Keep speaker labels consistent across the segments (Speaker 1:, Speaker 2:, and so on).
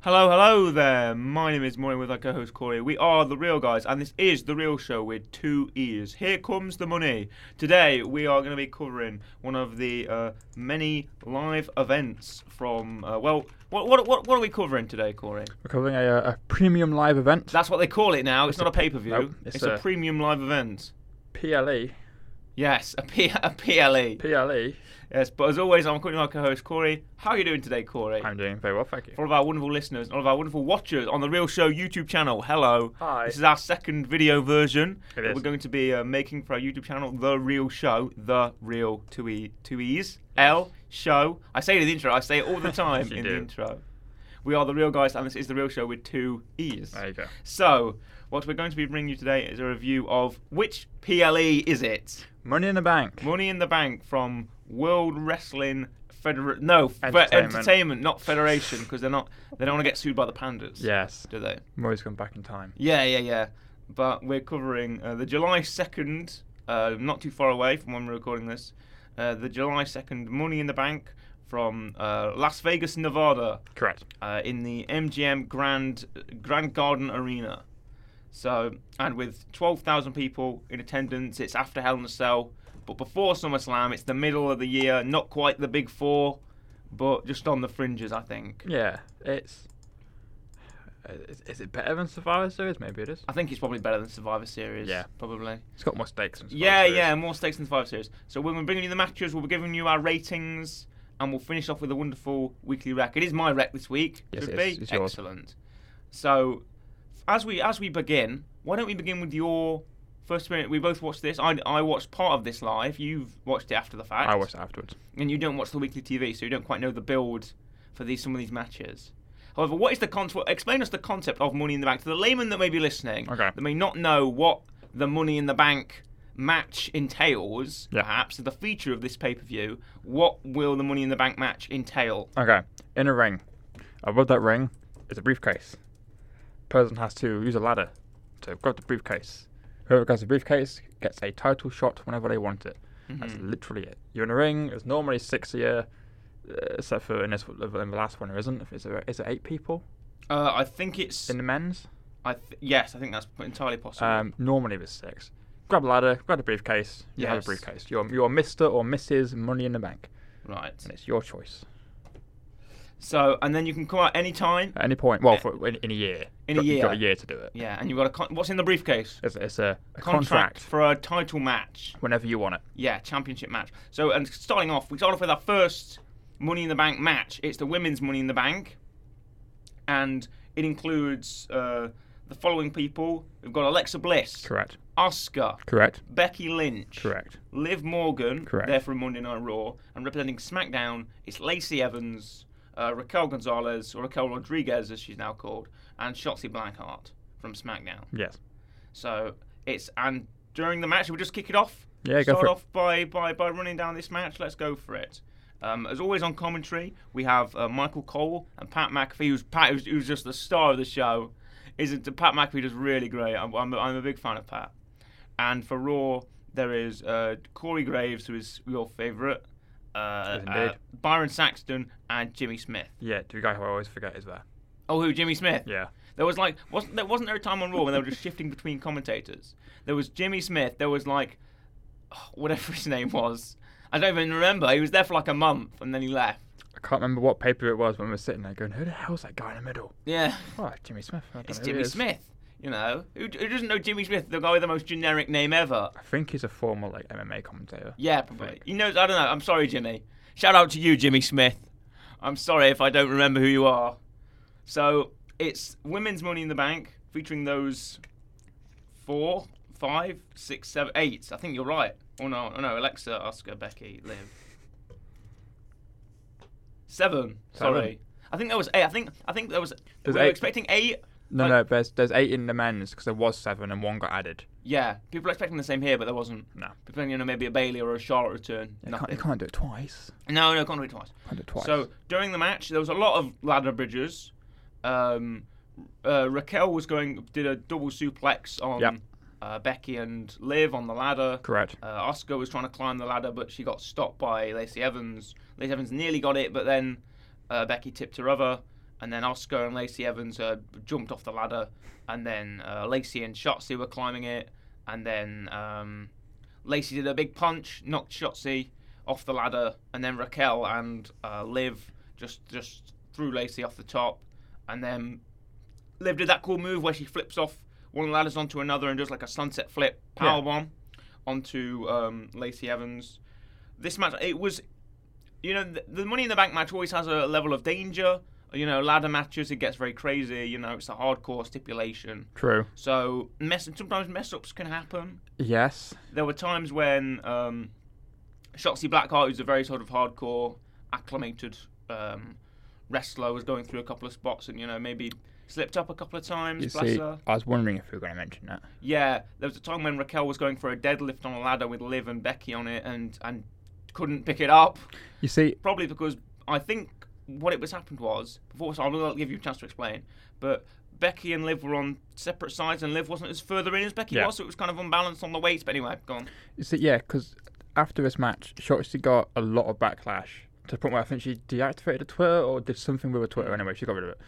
Speaker 1: Hello, hello there. My name is Maureen with our co-host Corey. We are the Real Guys, and this is the Real Show with two ears. Here comes the money. Today we are going to be covering one of the uh, many live events from. Uh, well, what, what what what are we covering today, Corey?
Speaker 2: We're covering a, uh, a premium live event.
Speaker 1: That's what they call it now. It's not a pay-per-view.
Speaker 2: Nope,
Speaker 1: it's
Speaker 2: it's
Speaker 1: a,
Speaker 2: a-
Speaker 1: premium live event.
Speaker 2: PLE.
Speaker 1: Yes, a, P- a PLE.
Speaker 2: PLE.
Speaker 1: Yes, but as always, I'm calling our co-host Corey. How are you doing today, Corey?
Speaker 2: I'm doing very well, thank you.
Speaker 1: for all of our wonderful listeners and all of our wonderful watchers on the Real Show YouTube channel. Hello.
Speaker 2: Hi.
Speaker 1: This is our second video version
Speaker 2: It
Speaker 1: that
Speaker 2: is.
Speaker 1: we're going to be uh, making for our YouTube channel, The Real Show, The Real Two E Two E's L Show. I say it in the intro. I say it all the time
Speaker 2: You
Speaker 1: in the
Speaker 2: do.
Speaker 1: intro. We are the Real Guys, and this is the Real Show with two E's.
Speaker 2: There you go.
Speaker 1: So, what we're going to be bringing you today is a review of which PLE is it?
Speaker 2: Money in the Bank.
Speaker 1: Money in the Bank from World Wrestling Federa- No, Fe-
Speaker 2: Entertainment.
Speaker 1: entertainment, not Federation, because they're not. They don't want to get sued by the pandas.
Speaker 2: Yes.
Speaker 1: Do they?
Speaker 2: Murray's gone back in time.
Speaker 1: Yeah, yeah, yeah. But we're covering uh, the July second, uh, not too far away from when we're recording this. Uh, the July second Money in the Bank from uh, Las Vegas, Nevada,
Speaker 2: Correct.
Speaker 1: uh, in the MGM Grand Grand Garden Arena. So, and with 12,000 people in attendance, it's after Hell in a Cell, but before SummerSlam, it's the middle of the year, not quite the big four, but just on the fringes, I think.
Speaker 2: Yeah, it's. uh, Is, is it better than Survivor Series? Maybe it is.
Speaker 1: I think it's probably better than Survivor Series.
Speaker 2: Yeah.
Speaker 1: Probably.
Speaker 2: It's got more stakes. Than Survivor
Speaker 1: yeah,
Speaker 2: Series.
Speaker 1: yeah, more stakes than Survivor Series. So, when we're bringing you the matches, we'll be giving you our ratings, and we'll finish off with a wonderful weekly rec. It is my rec this week.
Speaker 2: Yes,
Speaker 1: should
Speaker 2: it
Speaker 1: be.
Speaker 2: is. It's yours.
Speaker 1: Excellent. So, as we as we begin, why don't we begin with your first minute? We both watched this. I, I watched part of this live. You've watched it after the fact.
Speaker 2: I watched it afterwards.
Speaker 1: And you don't watch the weekly TV, so you don't quite know the build for these some of these matches. However, what is the concept? Explain us the concept of Money in the Bank to the layman that may be listening,
Speaker 2: Okay.
Speaker 1: that may not know what the Money in the Bank match entails.
Speaker 2: Yeah.
Speaker 1: Perhaps the feature of this pay per view. What will the Money in the Bank match entail?
Speaker 2: Okay. In a ring. Above that ring is a briefcase. Person has to use a ladder to grab the briefcase. Whoever grabs the briefcase gets a title shot whenever they want it. That's
Speaker 1: Mm-hmm.
Speaker 2: literally it. You're in a ring. It's normally six a year, uh, except for in this in the last one there isn't. Is there, is it eight people
Speaker 1: Uh, I think it's.
Speaker 2: in the men's?
Speaker 1: I th- yes, I think that's entirely possible.
Speaker 2: Um, normally there's six. Grab a ladder. Grab a briefcase. You have
Speaker 1: Yes.
Speaker 2: a briefcase. You're you're Mister or Mrs. Money in the Bank,
Speaker 1: right.
Speaker 2: and it's your choice.
Speaker 1: So, and then you can come out any time.
Speaker 2: At any point, well, for, in, in a year.
Speaker 1: Eh. In a
Speaker 2: You've got
Speaker 1: year.
Speaker 2: a year to do it.
Speaker 1: Yeah, and you've got a con- what's in the briefcase?
Speaker 2: It's, it's a, a
Speaker 1: Contract
Speaker 2: contract,
Speaker 1: for a title match.
Speaker 2: whenever you want it.
Speaker 1: Yeah, championship match. So, and starting off, we start off with our first Money in the Bank match. It's the women's Money in the Bank, and it includes uh, the following people. We've got Alexa Bliss,
Speaker 2: Correct.
Speaker 1: Oscar,
Speaker 2: Correct.
Speaker 1: Becky Lynch,
Speaker 2: Correct.
Speaker 1: Liv Morgan,
Speaker 2: Correct.
Speaker 1: there from Monday Night Raw, and representing SmackDown, it's Lacey Evans, uh, Raquel Gonzalez, or Raquel Rodriguez as she's now called, and Shotzi Blackheart from SmackDown.
Speaker 2: Yes.
Speaker 1: So it's and during the match, we just kick it off.
Speaker 2: Yeah, go
Speaker 1: start
Speaker 2: for it.
Speaker 1: off by, by by running down this match. Let's go for it. Um, as always on commentary, we have uh, Michael Cole and Pat McAfee, who's Pat, who's, who's just the star of the show. Isn't Pat McAfee just really great? I'm, I'm, I'm a big fan of Pat. And for Raw, there is uh, Corey Graves, who is your favourite, uh,
Speaker 2: Yes,
Speaker 1: uh,
Speaker 2: indeed.
Speaker 1: Byron Saxton, and Jimmy Smith.
Speaker 2: Yeah, the guy who I always forget is there.
Speaker 1: Oh, who Jimmy Smith?
Speaker 2: Yeah.
Speaker 1: There was like wasn't there wasn't there a time on Raw when they were just shifting between commentators. There was Jimmy Smith. There was like oh, whatever his name was. I don't even remember. He was there for like a month and then he left.
Speaker 2: I can't remember what paper it was when we were sitting there going, who the hell's that guy in the middle?
Speaker 1: Yeah,
Speaker 2: Oh, Jimmy Smith. I don't
Speaker 1: it's
Speaker 2: know who he
Speaker 1: Jimmy
Speaker 2: is.
Speaker 1: Smith. You know who, who doesn't know Jimmy Smith, the guy with the most generic name ever.
Speaker 2: I think he's a former like MMA commentator.
Speaker 1: Yeah, probably. He knows. I don't know. I'm sorry, Jimmy. Shout out to you, Jimmy Smith. I'm sorry if I don't remember who you are. So it's Women's Money in the Bank featuring those four, five, six, seven, eight. I think you're right. Oh no, oh, no, Alexa, Oscar, Becky, Liv. Seven. Sorry.
Speaker 2: Seven.
Speaker 1: I think there was eight. I think I think there was.
Speaker 2: There's
Speaker 1: we were
Speaker 2: eight.
Speaker 1: expecting eight.
Speaker 2: No,
Speaker 1: Like-
Speaker 2: no, there's there's eight in the men's because there was seven and one got added.
Speaker 1: Yeah, people were expecting the same here, but there wasn't.
Speaker 2: No.
Speaker 1: People, you know, maybe a Bailey or a Charlotte return.
Speaker 2: You can't, you
Speaker 1: Nothing.
Speaker 2: can't do it twice.
Speaker 1: No, no, can't do it twice.
Speaker 2: Can't do it twice.
Speaker 1: So during the match, there was a lot of ladder bridges. Um, uh, Raquel was going did a double suplex on
Speaker 2: Yep.
Speaker 1: uh, Becky and Liv on the ladder.
Speaker 2: Correct.
Speaker 1: Uh, Oscar was trying to climb the ladder, but she got stopped by Lacey Evans. Lacey Evans nearly got it, but then uh, Becky tipped her over, and then Oscar and Lacey Evans uh, jumped off the ladder, and then uh, Lacey and Shotzi were climbing it, and then um, Lacey did a big punch, knocked Shotzi off the ladder, and then Raquel and uh, Liv just just threw Lacey off the top, and then Liv did that cool move where she flips off one of the ladders onto another and does like a sunset flip power bomb onto um, Lacey Evans. This match, it was, you know, the, the Money in the Bank match always has a level of danger. You know, ladder matches, it gets very crazy. You know, it's a hardcore stipulation.
Speaker 2: True.
Speaker 1: So mess, sometimes mess ups can happen.
Speaker 2: Yes.
Speaker 1: There were times when um, Shotzi Blackheart, who's a very sort of hardcore, acclimated um, wrestler, was going through a couple of spots and, you know, maybe slipped up a couple of times.
Speaker 2: You
Speaker 1: bless
Speaker 2: see,
Speaker 1: her.
Speaker 2: I was wondering if you were going to mention that.
Speaker 1: Yeah, there was a time when Raquel was going for a deadlift on a ladder with Liv and Becky on it and, and couldn't pick it up.
Speaker 2: You see,
Speaker 1: Probably because I think what it was happened was, before, so I'll give you a chance to explain, but Becky and Liv were on separate sides and Liv wasn't as further in as Becky
Speaker 2: Yeah.
Speaker 1: was, so it was kind of unbalanced on the weights. But anyway, go on.
Speaker 2: you see, yeah, because after this match, Shotzi got a lot of backlash to the point where I think she deactivated her Twitter or did something with her Twitter. Anyway, she got rid of it,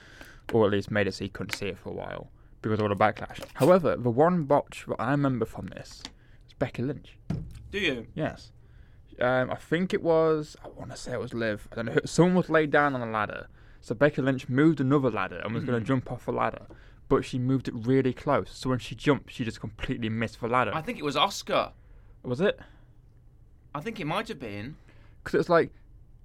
Speaker 2: or at least made it so you couldn't see it for a while because of all the backlash. However, the one botch that I remember from this is Becky Lynch.
Speaker 1: Do you?
Speaker 2: Yes. Um, I think it was. I want to say it was Liv. I don't know. Someone was laid down on a ladder. So Becky Lynch moved another ladder and was going to jump off the ladder, but she moved it really close. So when she jumped, she just completely missed the ladder.
Speaker 1: I think it was Oscar.
Speaker 2: was it?
Speaker 1: I think it might have been.
Speaker 2: Because it was like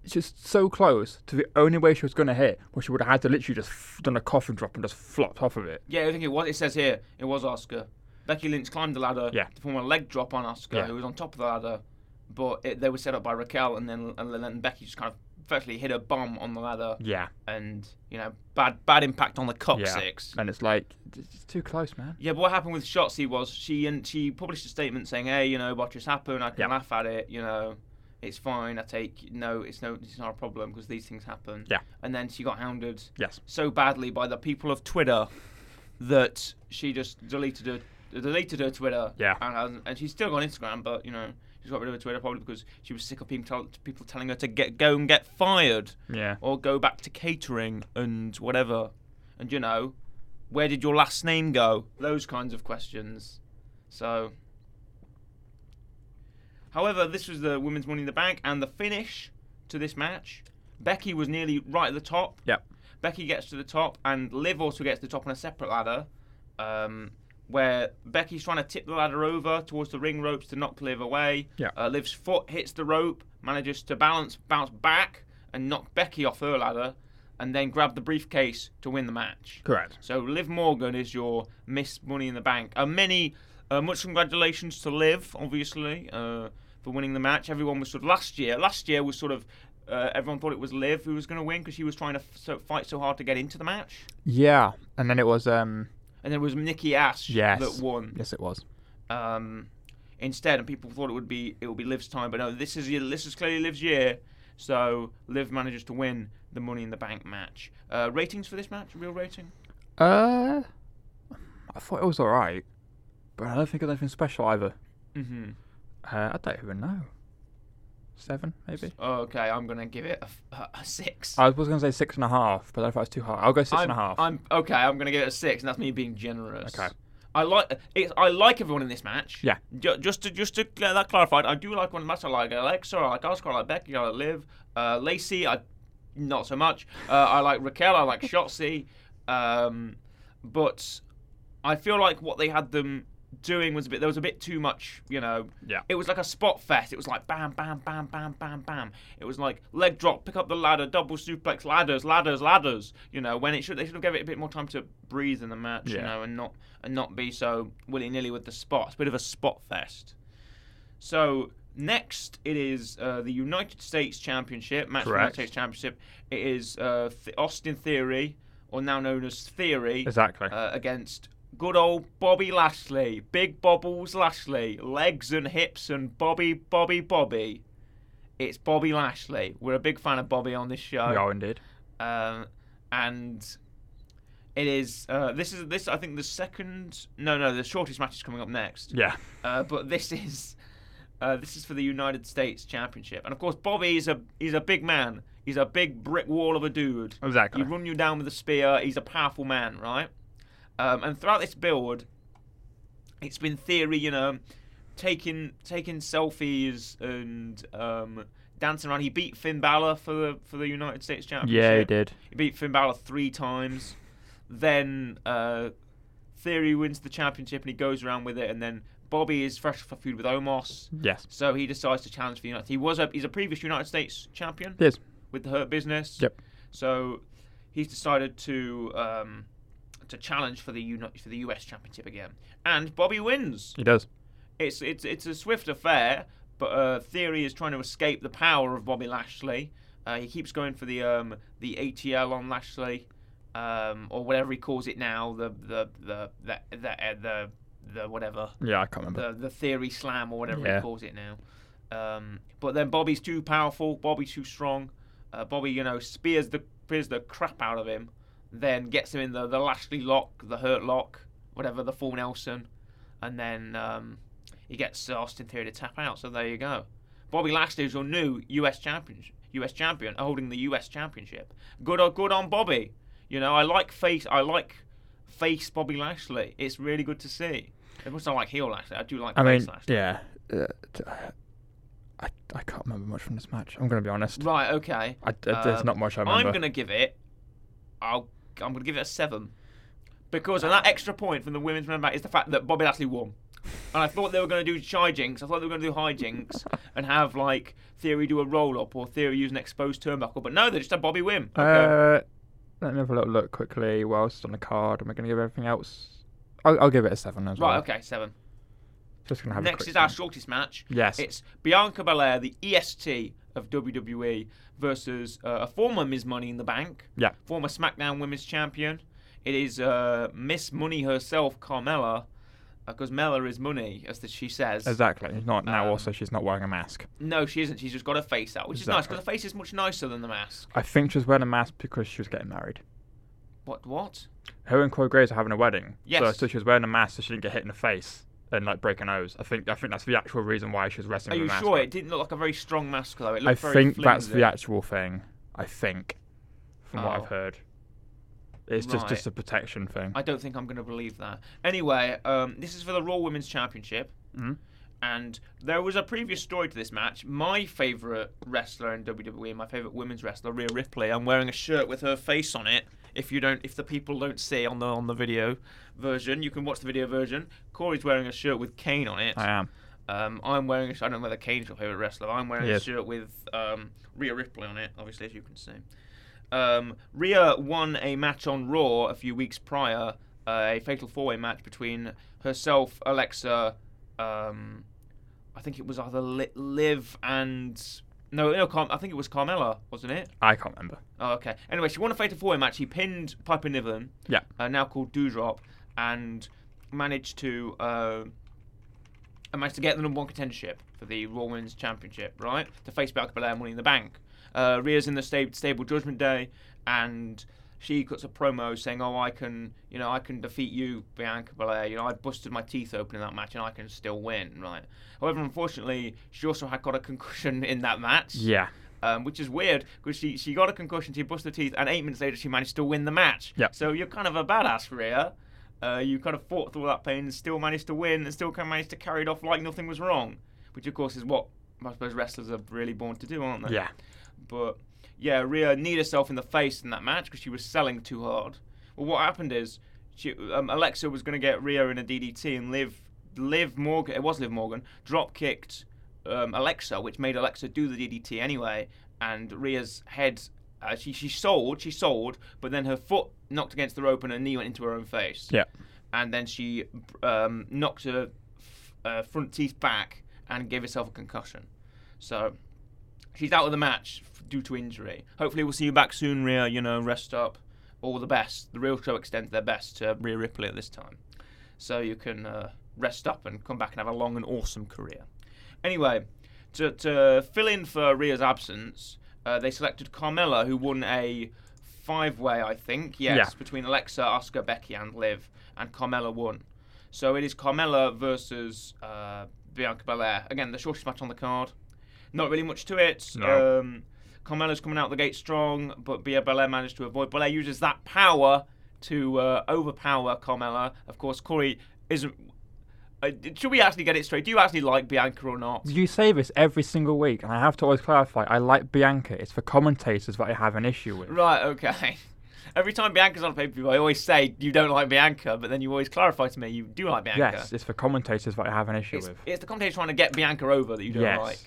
Speaker 2: just so close to the only way she was going to hit, where she would have had to literally just f- done a coffin drop and just flopped off of it.
Speaker 1: Yeah, I think it was. It says here it was Oscar. Becky Lynch climbed the ladder
Speaker 2: Yeah.
Speaker 1: to form a leg drop on Oscar,
Speaker 2: Yeah.
Speaker 1: who was on top of the ladder, but it, they were set up by Raquel, and then and then Becky just kind of virtually hit a bomb on the ladder,
Speaker 2: Yeah.
Speaker 1: and you know bad bad impact on the cop
Speaker 2: Yeah.
Speaker 1: six.
Speaker 2: And it's like it's too close, man.
Speaker 1: Yeah, but what happened with Shotzi was she and she published a statement saying, "Hey, you know what just happened. I can
Speaker 2: Yeah.
Speaker 1: laugh at it. You know, it's fine. I take no, it's no, it's not a problem because these things happen."
Speaker 2: Yeah.
Speaker 1: And then she got hounded
Speaker 2: Yes.
Speaker 1: so badly by the people of Twitter that she just deleted her deleted her Twitter.
Speaker 2: Yeah.
Speaker 1: And, hasn't- and she's still got Instagram, but you know she's got rid of her Twitter probably because she was sick of people tell, people telling her to get go and get fired
Speaker 2: Yeah.
Speaker 1: or go back to catering and whatever. And you know, where did your last name go? Those kinds of questions. So. However, this was the women's Money in the Bank, and the finish to this match, Becky was nearly right at the top.
Speaker 2: Yep.
Speaker 1: Becky gets to the top, and Liv also gets to the top on a separate ladder, um, where Becky's trying to tip the ladder over towards the ring ropes to knock Liv away.
Speaker 2: Yeah.
Speaker 1: Uh, Liv's foot hits the rope, manages to balance, bounce back, and knock Becky off her ladder, and then grab the briefcase to win the match.
Speaker 2: Correct.
Speaker 1: So Liv Morgan is your Miss Money in the Bank. Uh, many, uh, much congratulations to Liv, obviously, uh, for winning the match. Everyone was sort of last year. Last year was sort of uh, everyone thought it was Liv who was going to win because she was trying to f- so, fight so hard to get into the match.
Speaker 2: Yeah. And then it was. um
Speaker 1: And then it was Nikki Ash
Speaker 2: Yes.
Speaker 1: that won
Speaker 2: Yes, it was.
Speaker 1: um, instead, and people thought it would be it would be Liv's time, but no, this is this is clearly Liv's year. So Liv manages to win the Money in the Bank match. Uh, ratings for this match, real rating.
Speaker 2: Uh, I thought it was alright, but I don't think it was anything special either.
Speaker 1: Mm-hmm.
Speaker 2: Uh, I don't even know. Seven, maybe.
Speaker 1: Okay, I'm gonna give it a f- a, a six.
Speaker 2: I was gonna say six and a half, but I thought it was too high. I'll go six
Speaker 1: I'm,
Speaker 2: and a half.
Speaker 1: I'm okay. I'm gonna give it a six, and that's me being generous.
Speaker 2: Okay.
Speaker 1: I like it, I like everyone in this match.
Speaker 2: Yeah.
Speaker 1: Ju- Just to just to get that clarified, I do like one match. I like Alexa, I like Oscar, I like Becky, I like Liv, uh, Lacey. I not so much. Uh, I like Raquel, I like Shotzi, um, but I feel like what they had them doing was a bit. There was a bit too much, you know.
Speaker 2: Yeah.
Speaker 1: It was like a spot fest. It was like bam, bam, bam, bam, bam, bam. It was like leg drop, pick up the ladder, double suplex, ladders, ladders, ladders. You know, when it should they should have given it a bit more time to breathe in the match, you
Speaker 2: Yeah.
Speaker 1: know, and not and not be so willy nilly with the spots. Bit of a spot fest. So next, it is uh, the United States Championship match. for the United
Speaker 2: Correct.
Speaker 1: States Championship. It is uh, Th- Austin Theory, or now known as Theory,
Speaker 2: exactly.
Speaker 1: uh, against good old Bobby Lashley, Big Bobbles Lashley, legs and hips and Bobby, Bobby, Bobby. It's Bobby Lashley. We're a big fan of Bobby on this show
Speaker 2: we are indeed.
Speaker 1: um, and it is uh, this is this I think the second no no the shortest match is coming up next
Speaker 2: Yeah.
Speaker 1: uh, but this is uh, this is for the United States Championship and of course Bobby is a is a big man He's a big brick wall of a dude.
Speaker 2: Exactly.
Speaker 1: He run you down with a spear. He's a powerful man, right? Um, and throughout this build, it's been theory, you know, taking taking selfies and um, dancing around. He beat Finn Balor for the for the United States Championship.
Speaker 2: yeah, he did.
Speaker 1: He beat Finn Balor three times. Then uh, Theory wins the championship and he goes around with it. And then Bobby is fresh for feud with Omos,
Speaker 2: Yes.
Speaker 1: so he decides to challenge for the United. He was a he's a previous United States champion
Speaker 2: He is.
Speaker 1: with the Hurt Business.
Speaker 2: Yep.
Speaker 1: So he's decided to um, to challenge for the Uni- for the US championship again, and Bobby wins.
Speaker 2: He does.
Speaker 1: It's it's it's a swift affair, but uh, Theory is trying to escape the power of Bobby Lashley. Uh, he keeps going for the um, the ATL on Lashley, um, or whatever he calls it now, the the the the the, uh, the, the whatever
Speaker 2: Yeah, I can't remember.
Speaker 1: the the Theory Slam or whatever
Speaker 2: Yeah.
Speaker 1: he calls it now. Um, but then Bobby's too powerful. Bobby's too strong. Uh, Bobby, you know, spears the spears the crap out of him, then gets him in the the Lashley Lock, the Hurt Lock, whatever the Full Nelson, and then um, he gets Austin Theory to tap out. So there you go. Bobby Lashley is your new U.S. champion, U.S. champion, holding the U.S. championship. Good or good on Bobby. You know, I like face. I like face Bobby Lashley. It's really good to see. It must not like heel Lashley. I do like
Speaker 2: I
Speaker 1: face
Speaker 2: mean,
Speaker 1: Lashley.
Speaker 2: yeah. Uh, t- I, I can't remember much from this match. I'm going to be honest.
Speaker 1: Right. Okay.
Speaker 2: I, d- there's
Speaker 1: Um,
Speaker 2: not much I remember.
Speaker 1: I'm gonna give it. I'll. I'm gonna give it a seven, because and that extra point from the women's men back is the fact that Bobby Lashley won. And I thought they were gonna do hijinks. I thought they were gonna do hijinks and have like Theory do a roll up or Theory use an exposed turnbuckle. But no, they just had Bobby win. Okay.
Speaker 2: Uh, let me have a little look quickly. What else is on the card? Am I going to give everything else? I'll, I'll give it a seven as well.
Speaker 1: right. Okay. Seven.
Speaker 2: Just going to have a
Speaker 1: Next
Speaker 2: quick
Speaker 1: is our
Speaker 2: think.
Speaker 1: shortest match.
Speaker 2: Yes.
Speaker 1: It's Bianca Belair, the EST of WWE, versus uh, a former Ms. Money in the Bank.
Speaker 2: Yeah.
Speaker 1: Former SmackDown Women's Champion. It is uh, Miss Money herself, Carmella, because Mella is money, as that she says.
Speaker 2: Exactly. She's Not now.
Speaker 1: Um,
Speaker 2: also, she's not wearing a mask.
Speaker 1: no, she isn't. She's just got her face out, which is nice
Speaker 2: Exactly.
Speaker 1: because the face is much nicer than the mask.
Speaker 2: I think she was wearing a mask because she was getting married.
Speaker 1: What? What?
Speaker 2: Her and Corey Graves are having a wedding. So,
Speaker 1: Yes.
Speaker 2: so she was wearing a mask so she didn't get hit in the face and like break her nose. I think I think that's the actual reason why she was wrestling
Speaker 1: Are you
Speaker 2: with a mask.
Speaker 1: sure?
Speaker 2: on.
Speaker 1: It didn't look like a very strong mask, though. It
Speaker 2: I
Speaker 1: looked very
Speaker 2: think that's
Speaker 1: flimsy.
Speaker 2: the actual thing. I think, from what
Speaker 1: Oh.
Speaker 2: I've heard, it's just
Speaker 1: Right.
Speaker 2: just a protection thing.
Speaker 1: I don't think I'm going to believe that. Anyway, um, this is for the Raw Women's Championship.
Speaker 2: Mhm.
Speaker 1: And there was a previous story to this match. My favourite wrestler in WWE, my favourite women's wrestler, Rhea Ripley. I'm wearing a shirt with her face on it. If you don't, if the people don't see on the on the video version, you can watch the video version. Corey's wearing a shirt with Kane on it.
Speaker 2: I am.
Speaker 1: Um, I'm wearing. A, sh- I don't know whether Kane's your favorite wrestler. I'm wearing
Speaker 2: Yes.
Speaker 1: a shirt with um, Rhea Ripley on it, obviously, as you can see. Um, Rhea won a match on Raw a few weeks prior, uh, a fatal four-way match between herself, Alexa, um, I think it was either Li- Liv and no, no, Car- I think it was Carmella, wasn't it?
Speaker 2: I can't remember.
Speaker 1: Oh, okay. Anyway, she won a fatal four-way match. He pinned Piper Niven,
Speaker 2: Yeah.
Speaker 1: uh, now called Dewdrop, and managed to uh, and managed to get the number one contendership for the Raw Women's Championship, right? To face Bianca Belair Money in the Bank. Uh, Rhea's in the sta- stable Judgment Day, and she cuts a promo saying, "Oh, I can, you know, I can defeat you, Bianca Belair. You know, I busted my teeth open in that match, and I can still win, right?" However, unfortunately, she also had got a concussion in that match
Speaker 2: Yeah.
Speaker 1: um, which is weird because she, she got a concussion, she busted her teeth, and eight minutes later she managed to win the match.
Speaker 2: Yep.
Speaker 1: So you're kind of a badass, Rhea. Uh, you kind of fought through all that pain and still managed to win and still kind of managed to carry it off like nothing was wrong, which of course is what I suppose wrestlers are really born to do, aren't they?
Speaker 2: Yeah.
Speaker 1: But yeah, Rhea kneed herself in the face in that match because she was selling too hard. Well, what happened is she, um, Alexa was going to get Rhea in a DDT and Liv, Liv Morgan, it was Liv Morgan, drop kicked um, Alexa, which made Alexa do the DDT anyway. And Rhea's head, uh, she, she sold, she sold, but then her foot knocked against the rope and her knee went into her own face
Speaker 2: Yeah.
Speaker 1: and then she um, knocked her f- uh, front teeth back and gave herself a concussion. So she's out of the match f- due to injury. Hopefully, we'll see you back soon, Rhea. You know, rest up. All the best. The real show extends their best to Rhea Ripley at this time. So you can uh, rest up and come back and have a long and awesome career. Anyway, to, to fill in for Rhea's absence, uh, they selected Carmella, who won a five way, I think, yes,
Speaker 2: Yeah.
Speaker 1: between Alexa, Oscar, Becky, and Liv, and Carmella won. So it is Carmella versus uh, Bianca Belair. Again, the shortest match on the card. Not really much to it.
Speaker 2: No.
Speaker 1: Um, Carmelo's coming out the gate strong, but Bia Belair managed to avoid. Belair uses that power to uh, overpower Carmella. Of course, Corey isn't. Uh, should we actually get it straight? Do you actually like Bianca or not?
Speaker 2: You say this every single week, and I have to always clarify. I like Bianca. It's for commentators that I have an issue with.
Speaker 1: Right, okay. Every time Bianca's on a pay per view, I always say you don't like Bianca, but then you always clarify to me you do like Bianca.
Speaker 2: Yes, it's for commentators that I have an issue
Speaker 1: It's,
Speaker 2: with.
Speaker 1: it's the commentator trying to get Bianca over that you don't
Speaker 2: Yes.
Speaker 1: like.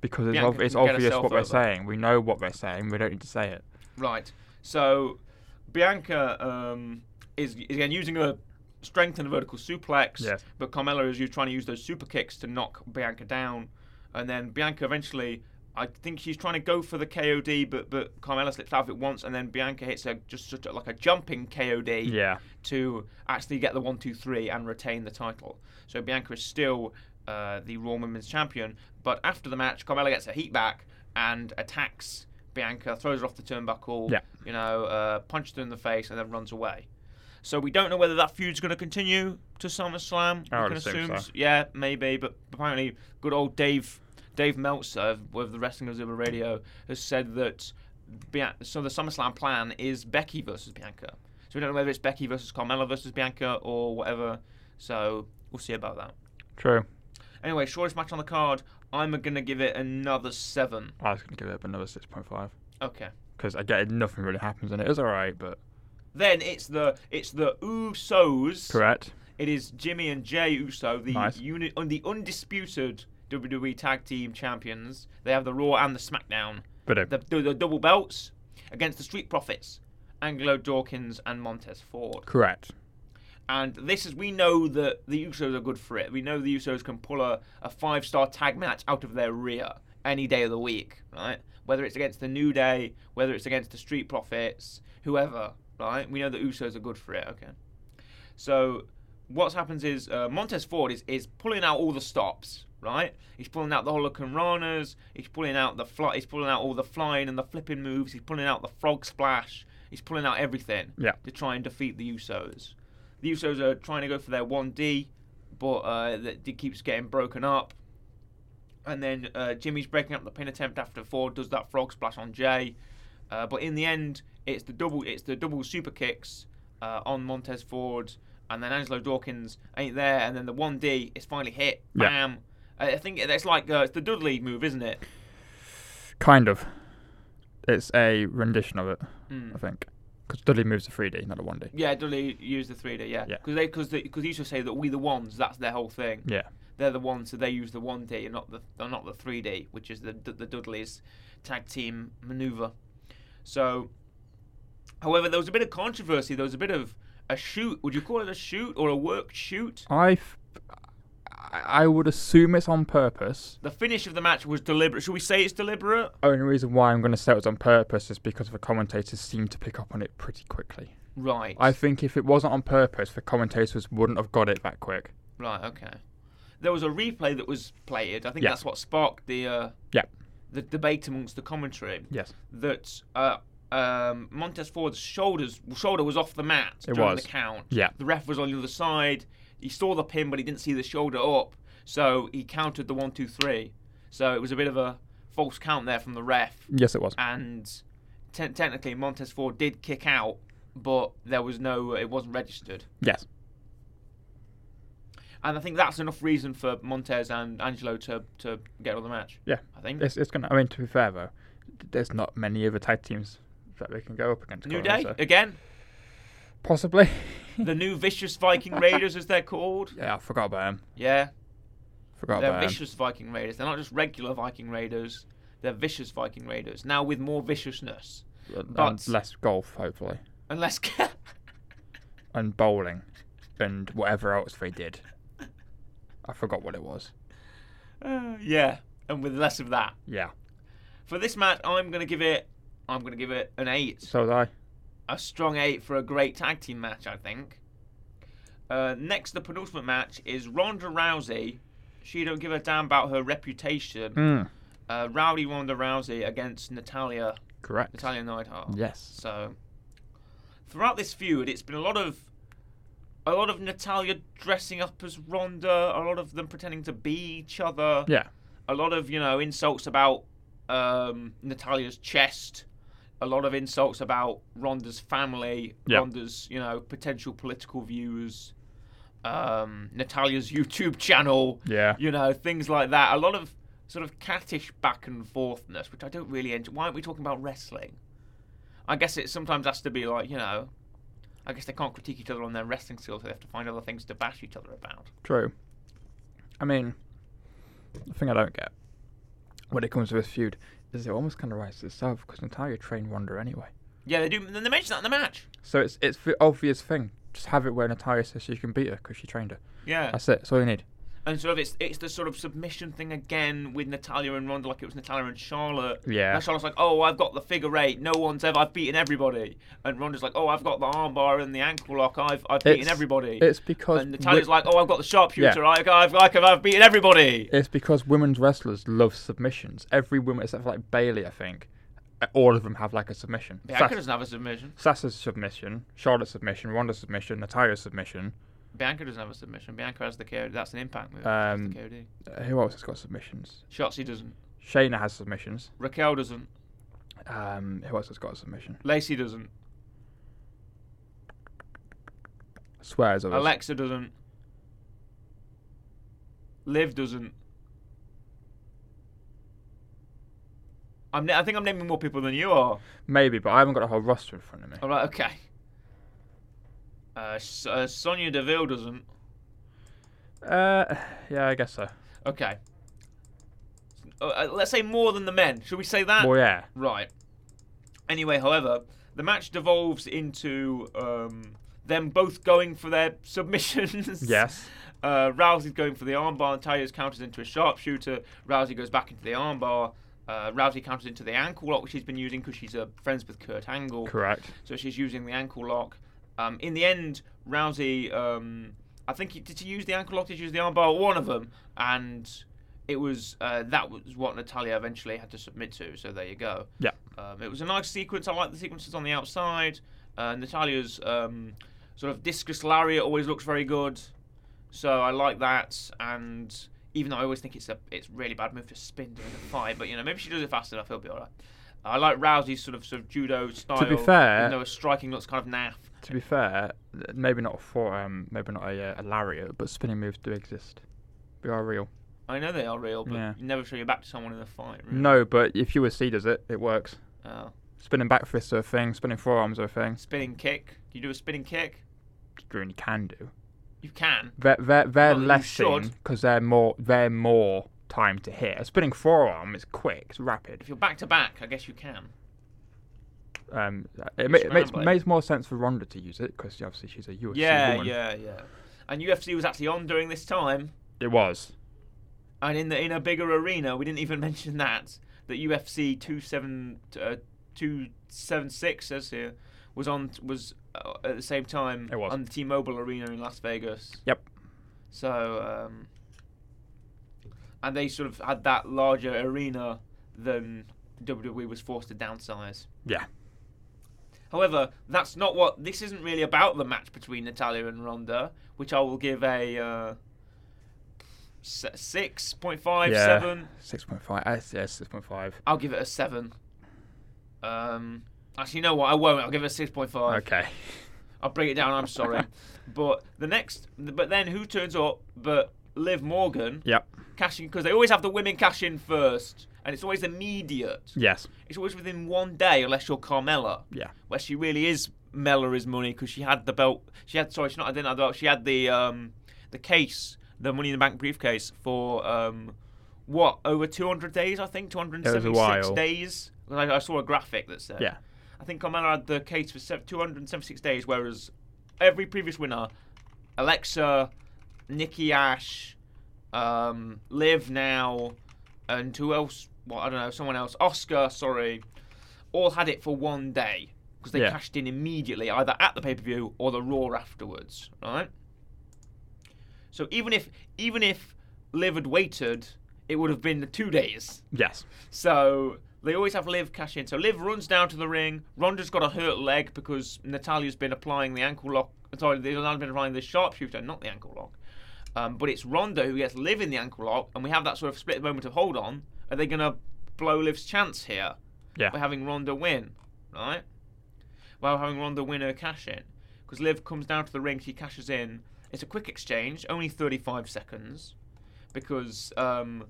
Speaker 2: Because it's,
Speaker 1: Bianca
Speaker 2: ob- it's
Speaker 1: can get
Speaker 2: obvious
Speaker 1: herself
Speaker 2: what they're
Speaker 1: over.
Speaker 2: saying. We know what they're saying. We don't need to say it.
Speaker 1: Right. So Bianca um, is is again using a strength and a vertical suplex.
Speaker 2: Yes.
Speaker 1: But Carmella is u- trying to use those super kicks to knock Bianca down, and then Bianca eventually. I think she's trying to go for the KOD, but but Carmella slips out of it once, and then Bianca hits a just such a, like a jumping KOD
Speaker 2: Yeah.
Speaker 1: to actually get the one, two, three and retain the title. So Bianca is still uh, the Raw Women's Champion. But after the match, Carmella gets her heat back and attacks Bianca, throws her off the turnbuckle,
Speaker 2: Yeah.
Speaker 1: you know, uh, punches her in the face, and then runs away. So we don't know whether that feud's going to continue to SummerSlam.
Speaker 2: I
Speaker 1: we
Speaker 2: would
Speaker 1: can
Speaker 2: assume
Speaker 1: assume,
Speaker 2: so.
Speaker 1: s- yeah, maybe. But apparently, good old Dave Dave Meltzer with the Wrestling Observer Radio has said that Bia- so the SummerSlam plan is Becky versus Bianca. So we don't know whether it's Becky versus Carmella versus Bianca or whatever. So we'll see about that.
Speaker 2: True.
Speaker 1: Anyway, shortest match on the card. I'm gonna give it another seven.
Speaker 2: I was going to give it up another 6.5.
Speaker 1: Okay.
Speaker 2: Because I get it, nothing really happens in it. It was alright, but.
Speaker 1: Then it's the it's the Usos.
Speaker 2: Correct.
Speaker 1: It is Jimmy and Jay Uso, the
Speaker 2: Nice.
Speaker 1: uni- un- the undisputed WWE Tag Team Champions. They have the Raw and the SmackDown,
Speaker 2: But
Speaker 1: the, the, the double belts against the Street Profits, Angelo Dawkins and Montez Ford.
Speaker 2: Correct.
Speaker 1: And this is we know that the Usos are good for it. We know the Usos can pull a, a five star tag match out of their rear any day of the week, right? Whether it's against the New Day, whether it's against the Street Profits, whoever, right? We know the Usos are good for it, okay? So what happens is uh, Montez Ford is, is pulling out all the stops, right? He's pulling out the hurricanranas. He's pulling out the fly. He's pulling out all the flying and the flipping moves. He's pulling out the frog splash. He's pulling out everything
Speaker 2: Yeah.
Speaker 1: to try and defeat the Usos. The Usos are trying to go for their 1D, but uh, that it keeps getting broken up. And then uh, Jimmy's breaking up the pin attempt after Ford does that frog splash on Jay. Uh, but in the end, it's the double it's the double super kicks uh, on Montez Ford, and then Angelo Dawkins ain't there, and then the 1D is finally hit.
Speaker 2: Yeah.
Speaker 1: Bam! I I think that's like uh, it's the Dudley move, isn't it?
Speaker 2: Kind of. It's a rendition of it,
Speaker 1: Hmm.
Speaker 2: I think. Because Dudley moves to 3D, not a 1D.
Speaker 1: Yeah, Dudley used the 3D. Yeah,
Speaker 2: Yeah.
Speaker 1: because they because because used to say that we the ones. That's their whole thing.
Speaker 2: Yeah.
Speaker 1: they're the ones, so they use the 1D and not the and not the 3D, which is the the Dudley's tag team maneuver. So, however, there was a bit of controversy. There was a bit of a shoot. Would you call it a shoot or a work shoot?
Speaker 2: I, f- I I would assume it's on purpose.
Speaker 1: The finish of the match was deliberate. Should we say it's deliberate?
Speaker 2: Only reason why I'm going to say it was on purpose is because the commentators seem to pick up on it pretty quickly.
Speaker 1: Right.
Speaker 2: I think if it wasn't on purpose, the commentators wouldn't have got it that quick.
Speaker 1: Right. Okay. There was a replay that was played. I think
Speaker 2: Yeah.
Speaker 1: that's what sparked the uh,
Speaker 2: Yeah.
Speaker 1: the debate amongst the commentary.
Speaker 2: Yes.
Speaker 1: that uh, um, Montez Ford's shoulders shoulder was off the mat
Speaker 2: It
Speaker 1: during
Speaker 2: was.
Speaker 1: the count.
Speaker 2: Yeah.
Speaker 1: The ref was on the other side. He saw the pin, but he didn't see the shoulder up, so he counted the one, two, three. So it was a bit of a false count there from the ref,
Speaker 2: Yes, it was.
Speaker 1: and te- technically Montez Ford did kick out, but there was no, it wasn't registered.
Speaker 2: Yes.
Speaker 1: And I think that's enough reason for Montez and Angelo to, to get out of the match.
Speaker 2: Yeah.
Speaker 1: I think.
Speaker 2: It's, it's gonna. I mean, to be fair though, there's not many other tag teams that they can go up against.
Speaker 1: New
Speaker 2: currently,
Speaker 1: Day,
Speaker 2: so-
Speaker 1: again.
Speaker 2: Possibly.
Speaker 1: The new Vicious Viking Raiders, as they're called.
Speaker 2: yeah, I forgot about him.
Speaker 1: Yeah.
Speaker 2: Forgot
Speaker 1: They're
Speaker 2: about him.
Speaker 1: vicious Viking Raiders. They're not just regular Viking Raiders. They're vicious Viking Raiders. Now with more viciousness,
Speaker 2: And
Speaker 1: but-
Speaker 2: less golf, hopefully,
Speaker 1: and less
Speaker 2: and bowling, and whatever else they did. I forgot what it was.
Speaker 1: Uh, yeah, and with less of that.
Speaker 2: Yeah.
Speaker 1: For this match, I'm gonna give it. I'm gonna give it an eight.
Speaker 2: So did I.
Speaker 1: A strong eight for a great tag team match, I think. Uh, next, the penultimate match is Ronda Rousey. She don't give a damn about her reputation.
Speaker 2: Mm.
Speaker 1: Uh, Rowdy Ronda Rousey against Natalia
Speaker 2: Correct.
Speaker 1: Natalia Neidhart.
Speaker 2: Yes.
Speaker 1: So throughout this feud, it's been a lot of a lot of Natalia dressing up as Ronda, a lot of them pretending to be each other,
Speaker 2: Yeah.
Speaker 1: a lot of you know insults about um, Natalia's chest, a lot of insults about Ronda's family,
Speaker 2: Yeah.
Speaker 1: Ronda's you know potential political views, um, Natalia's YouTube channel,
Speaker 2: Yeah.
Speaker 1: you know things like that. A lot of sort of cattish back and forthness, which I don't really enjoy. Why aren't we talking about wrestling? I guess it sometimes has to be like you know. I guess they can't critique each other on their wrestling skills, so they have to find other things to bash each other about.
Speaker 2: True. I mean, the thing I don't get when it comes to this feud is it almost kind of rises itself because Natalia trained Ronda anyway.
Speaker 1: Yeah, they do. Then they mention that in the match.
Speaker 2: So it's it's the obvious thing. Just have it where Natalia says she can beat her because she trained her.
Speaker 1: Yeah,
Speaker 2: That's it. That's all you need.
Speaker 1: and sort of it's it's the sort of submission thing again with Natalia and Ronda, like it was Natalia and Charlotte.
Speaker 2: Yeah.
Speaker 1: And Charlotte's like, oh, I've got the figure eight. No one's ever. I've beaten everybody. And Ronda's like, oh, I've got the armbar and the ankle lock. I've I've beaten
Speaker 2: It's-
Speaker 1: everybody.
Speaker 2: It's because
Speaker 1: and Natalia's
Speaker 2: wi-
Speaker 1: like, oh, I've got the sharpshooter.
Speaker 2: Yeah.
Speaker 1: I, I've like I've beaten everybody.
Speaker 2: it's because women's wrestlers love submissions. Every woman except for like Bailey, I think, uh, all of them have like a submission.
Speaker 1: Bianca
Speaker 2: Sas-
Speaker 1: doesn't have a submission.
Speaker 2: Sasha's submission, Charlotte's submission, Ronda's submission, Natalia's submission.
Speaker 1: Bianca doesn't have a submission. Bianca has the KO. That's an impact move. She has
Speaker 2: Um,
Speaker 1: the KOD.
Speaker 2: Uh, who else has got submissions?
Speaker 1: Shotzi doesn't.
Speaker 2: Shayna has submissions.
Speaker 1: Raquel doesn't.
Speaker 2: Um, who else has got a submission?
Speaker 1: Lacey doesn't.
Speaker 2: Swears others.
Speaker 1: Alexa doesn't. Liv doesn't. I'm na- I think I'm naming more people than you are.
Speaker 2: Maybe, but I haven't got a whole roster in front of me.
Speaker 1: I'm like, okay. Uh, S- uh, Sonia Deville doesn't. Oh.
Speaker 2: Uh, yeah, I guess so.
Speaker 1: Okay. Uh, Uh, let's say more than the men. Should we say that?
Speaker 2: Well, yeah,
Speaker 1: Right. Anyway, however, the match devolves into um, them both going for their submissions.
Speaker 2: yes,
Speaker 1: Uh, Rousey's going for the armbar. and Tyus counters into a sharpshooter. Rousey goes back into the armbar. Uh, Rousey counters into the ankle lock, which she's been using because she's uh, friends with Kurt Angle.
Speaker 2: correct.
Speaker 1: So she's using the ankle lock. Um, in the end, Rousey, um, I think, he, did she use the ankle lock? Did she use the armbar? One of them. And it was uh, that was what Natalia eventually had to submit to. So there you go.
Speaker 2: Yeah.
Speaker 1: Um, it was a nice sequence. I like the sequences on the outside. Uh, Natalia's um, sort of discus lariat always looks very good, so I like that. And even though I always think it's a it's really bad move to spin during a fight, but you know maybe she does it fast enough, it'll be alright. I like Rousey's sort of sort of judo style.
Speaker 2: fair-
Speaker 1: even though her striking looks kind of naff.
Speaker 2: To be fair, th- maybe not for um, maybe not a, uh, a lariat, but spinning moves do exist. They are real.
Speaker 1: I know they are real, but
Speaker 2: Yeah.
Speaker 1: you never show your back to someone in a fight. Really.
Speaker 2: No, but if you were C does it, it works.
Speaker 1: Oh.
Speaker 2: Spinning back fists are a thing. Spinning forearms are a thing.
Speaker 1: Spinning kick. Do you do a spinning kick?
Speaker 2: Green can do.
Speaker 1: You can.
Speaker 2: They're they're, they're
Speaker 1: Well, you
Speaker 2: less
Speaker 1: should.
Speaker 2: because they're more they're more time to hit. A spinning forearm is quick. It's rapid.
Speaker 1: If you're back to back, I guess you can.
Speaker 2: Um, it, ma- it makes
Speaker 1: scrambling.
Speaker 2: makes more sense for Ronda to use it because obviously she's a UFC
Speaker 1: Yeah,
Speaker 2: woman.
Speaker 1: yeah, yeah. And UFC was actually on during this time,
Speaker 2: It was.
Speaker 1: and in the in a bigger arena. We didn't even mention that that UFC two seven uh, two seven six says here was on was uh, at the same time
Speaker 2: It was.
Speaker 1: on the T-Mobile Arena in Las Vegas.
Speaker 2: Yep.
Speaker 1: So um, and they sort of had that larger arena than WWE was forced to downsize.
Speaker 2: Yeah.
Speaker 1: However, that's not what this isn't really about the match between Natalia and Ronda, which I will give a uh, six point five
Speaker 2: yeah.
Speaker 1: seven.
Speaker 2: Six point five. Uh, yeah, six point five.
Speaker 1: I'll give it a seven. Um, actually, you know what? I won't. I'll give it a six point five.
Speaker 2: Okay.
Speaker 1: I'll bring it down. I'm sorry, but the next, but then who turns up? But Liv Morgan
Speaker 2: Yep.
Speaker 1: cashing because they always have the women cash in first, and it's always immediate.
Speaker 2: Yes.
Speaker 1: It's always within one day, unless you're Carmella.
Speaker 2: Yeah.
Speaker 1: where she really is Mellor's money because she had the belt. She had sorry, she not I didn't have the belt. She had the um the case, the Money in the Bank briefcase for um what over 200 days I think 276
Speaker 2: while.
Speaker 1: days. I, I saw a graphic that said
Speaker 2: Yeah.
Speaker 1: I think Carmella had the case for sev- 276 days, whereas every previous winner, Alexa, Nikki Ash, um, Liv now, and who else? Well, I don't know, someone else. Oscar, sorry, all had it for one day because they
Speaker 2: Yeah.
Speaker 1: cashed in immediately, either at the pay per view or the Raw afterwards, right? So even if even if Liv had waited, it would have been the two days.
Speaker 2: Yes.
Speaker 1: So they always have Liv cash in. So Liv runs down to the ring. Ronda's got a hurt leg because Natalia's been applying the ankle lock. Sorry, Natalia's been applying the sharpshooter, not the ankle lock. Um, but it's Ronda who gets Liv in the ankle lock, and we have that sort of split moment of hold on. Are they gonna blow Liv's chance here.
Speaker 2: Yeah.
Speaker 1: We're having Ronda win, right? While having Ronda win her cash in. Because Liv comes down to the ring, she cashes in. It's a quick exchange, only 35 seconds. Because um,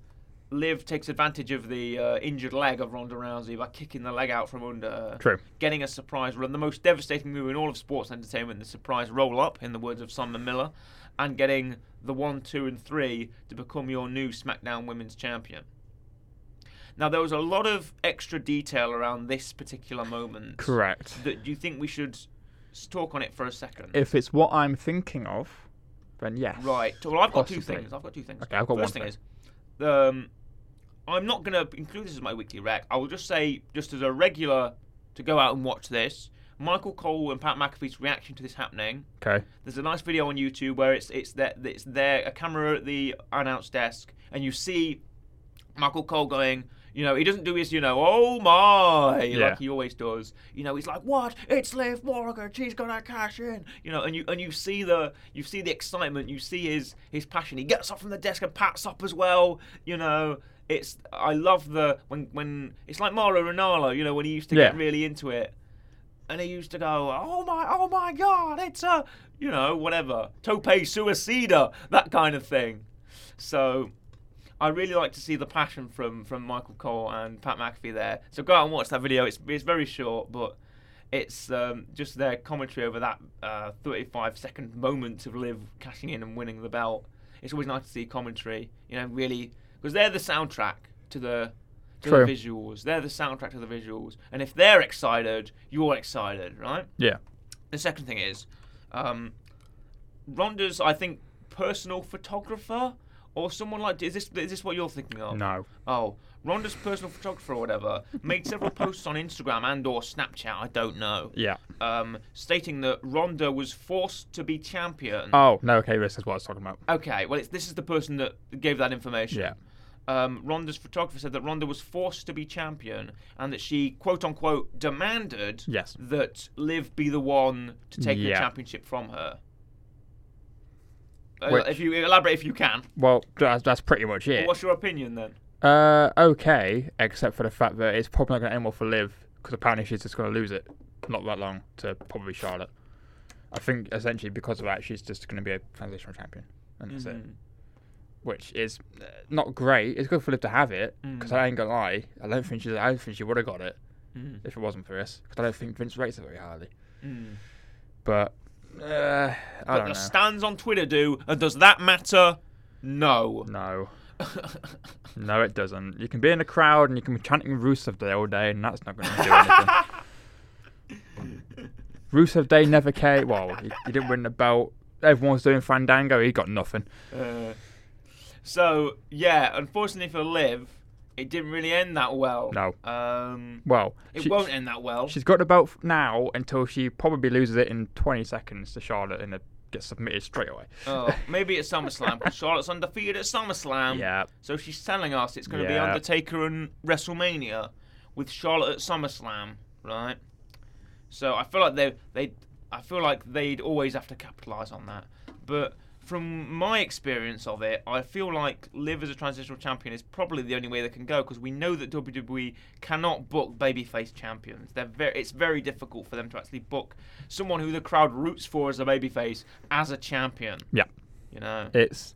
Speaker 1: Liv takes advantage of the uh, injured leg of Ronda Rousey by kicking the leg out from under her,
Speaker 2: True.
Speaker 1: getting a surprise run, the most devastating move in all of sports entertainment, the surprise roll up, in the words of Simon Miller, and getting the one, two, and three to become your new SmackDown Women's Champion. Now, there was a lot of extra detail around this particular moment.
Speaker 2: Correct.
Speaker 1: That do you think we should s- talk on it for a second?
Speaker 2: If it's what I'm thinking of, then yes.
Speaker 1: Right. Well, I've got two
Speaker 2: Possibly.
Speaker 1: things. I've got two things.
Speaker 2: Okay, I've got
Speaker 1: First
Speaker 2: one
Speaker 1: thing is, um, I'm not going to include this as my weekly rec. I will just say, just as a regular, to go out and watch this. Michael Cole and Pat McAfee's reaction to this happening.
Speaker 2: Okay.
Speaker 1: There's a nice video on YouTube where it's it's there it's there a camera at the announce desk and you see Michael Cole going. You know, he doesn't do his, you know, oh my,
Speaker 2: Yeah.
Speaker 1: like he always does. You know, he's like, what? It's Liv Morgan. She's gonna cash in. You know, and you and you see the you see the excitement. You see his his passion. He gets up from the desk and pats up as well. You know, it's I love the when when it's like Mario Ronaldo. You know, when he used to get
Speaker 2: Yeah.
Speaker 1: really into it and he used to go, "Oh my, oh my God, it's a, you know, whatever, tope suicida, that kind of thing." So, I really like to see the passion from from Michael Cole and Pat McAfee there. So go out and watch that video. It's it's very short, but it's um, just their commentary over that uh, 35 second moment of Liv cashing in and winning the belt. It's always nice to see commentary, you know, really, because they're the soundtrack to the to
Speaker 2: True.
Speaker 1: the visuals. They're the soundtrack to the visuals, and if they're excited, you're excited, right?
Speaker 2: Yeah.
Speaker 1: The second thing is, um, Ronda's I think personal photographer or someone like is this is this what you're thinking of?
Speaker 2: No.
Speaker 1: Oh, Ronda's personal photographer or whatever made several posts on Instagram and or Snapchat. I don't know.
Speaker 2: Yeah.
Speaker 1: Um, stating that Ronda was forced to be champion.
Speaker 2: Oh no. Okay. This is what I was talking about.
Speaker 1: Okay, well, it's, this is the person that gave that information.
Speaker 2: Yeah.
Speaker 1: Um, Ronda's photographer said that Ronda was forced to be champion and that she, quote unquote, demanded
Speaker 2: Yes.
Speaker 1: that Liv be the one to take the
Speaker 2: Yeah.
Speaker 1: championship from her. Uh,
Speaker 2: Which-
Speaker 1: if you elaborate, if you can.
Speaker 2: Well, that's, that's pretty much it.
Speaker 1: What's your opinion then?
Speaker 2: Uh, okay, except for the fact that it's probably not going to end well for Liv because apparently she's just going to lose it not that long to probably Charlotte. I think essentially because of that, she's just going to be a transitional champion, and that's it.
Speaker 1: Mhm.
Speaker 2: Which is uh, not great. It's good for Liv to have it because I ain't gonna lie, I don't think she, I don't think she would have got it
Speaker 1: Mm.
Speaker 2: if it wasn't for this because I don't think Vince rates it very highly.
Speaker 1: Mm.
Speaker 2: But uh, I
Speaker 1: But
Speaker 2: don't
Speaker 1: the
Speaker 2: know.
Speaker 1: stands on Twitter do, and does that matter? No. Uh,
Speaker 2: no. No, it doesn't. You can be in a crowd and you can be chanting Rusev Day all day, and that's not going to do anything. Rusev Day never came. Well, he, he didn't win the belt. Everyone's doing Fandango. He got nothing.
Speaker 1: Uh, so yeah, unfortunately for Liv, it didn't really end that well.
Speaker 2: No.
Speaker 1: Um,
Speaker 2: Well,
Speaker 1: it
Speaker 2: she,
Speaker 1: won't end that well.
Speaker 2: She's got the belt f- now until she probably loses it in 20 seconds to Charlotte and it gets submitted straight away.
Speaker 1: Oh, maybe at SummerSlam because Charlotte's undefeated at SummerSlam.
Speaker 2: yeah,
Speaker 1: So she's telling us it's going to be
Speaker 2: Yeah.
Speaker 1: Undertaker and WrestleMania with Charlotte at SummerSlam, right? So I feel like they they I feel like they'd always have to capitalize on that. But from my experience of it, I feel like Liv as a transitional champion is probably the only way they can go because we know that WWE cannot book babyface champions. They're very, it's very difficult for them to actually book someone who the crowd roots for as a babyface as a champion.
Speaker 2: Yeah.
Speaker 1: you know,
Speaker 2: it's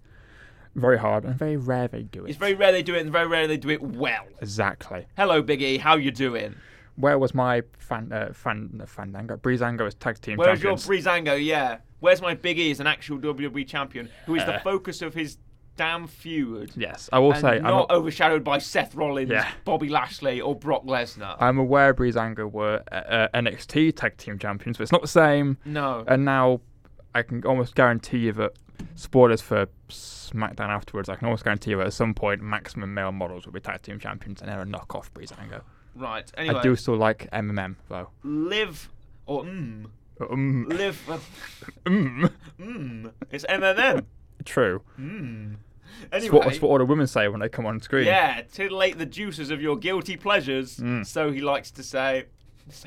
Speaker 2: very hard and very rare they do it.
Speaker 1: it's very rare they do it, and very rare they do it well.
Speaker 2: exactly.
Speaker 1: Hello, Big E. How you doing?
Speaker 2: Where was my fan, uh, fan, no, Fandango? Breezango is tag team
Speaker 1: Where's your
Speaker 2: champions.
Speaker 1: Breezango? Yeah. Where's my Big E as an actual WWE champion who is the
Speaker 2: Yeah.
Speaker 1: focus of his damn feud
Speaker 2: yes, I will
Speaker 1: and
Speaker 2: Uh. say.
Speaker 1: not,
Speaker 2: I'm not
Speaker 1: overshadowed by Seth Rollins,
Speaker 2: Yeah.
Speaker 1: Bobby Lashley, or Brock Lesnar?
Speaker 2: I'm aware Breezango were uh, uh, NXT tag team champions, but it's not the same.
Speaker 1: no.
Speaker 2: And now I can almost guarantee you that spoilers for SmackDown afterwards. I can almost guarantee you that at some point Maximum Male Models will be tag team champions and they're a knockoff Breezango.
Speaker 1: right.
Speaker 2: I do
Speaker 1: Anyway,
Speaker 2: still like MMM though.
Speaker 1: live or mm,
Speaker 2: Um,
Speaker 1: live.
Speaker 2: mm,
Speaker 1: mm. It's MMM.
Speaker 2: true.
Speaker 1: mm.
Speaker 2: It's what,
Speaker 1: Anyway.
Speaker 2: it's what all the women say when they come on screen.
Speaker 1: Yeah, titillate the juices of your guilty pleasures.
Speaker 2: Mm.
Speaker 1: So he likes to say,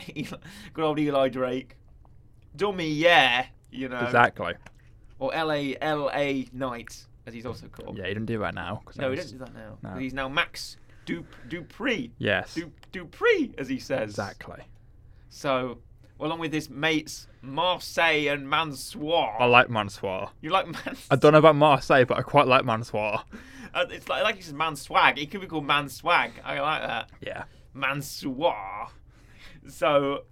Speaker 1: good old Eli Drake, dummy, yeah, you know,
Speaker 2: Exactly.
Speaker 1: or L.A. L.A. Knight, as he's also called.
Speaker 2: Yeah, you didn't do that now. 'cause
Speaker 1: No, he
Speaker 2: that
Speaker 1: doesn't do that now.
Speaker 2: No.
Speaker 1: He's now Max Dup Dupree.
Speaker 2: Yes.
Speaker 1: Dup Dupree, as he says.
Speaker 2: Exactly.
Speaker 1: So, along with his mates Marseille and Mansoir.
Speaker 2: I like Mansoir.
Speaker 1: you like Mansoir?
Speaker 2: I don't know about Marseille, but I quite like Mansoir.
Speaker 1: Uh, it's like, like he says Manswag. It could be called Manswag. I like that.
Speaker 2: Yeah.
Speaker 1: Mansoir. So,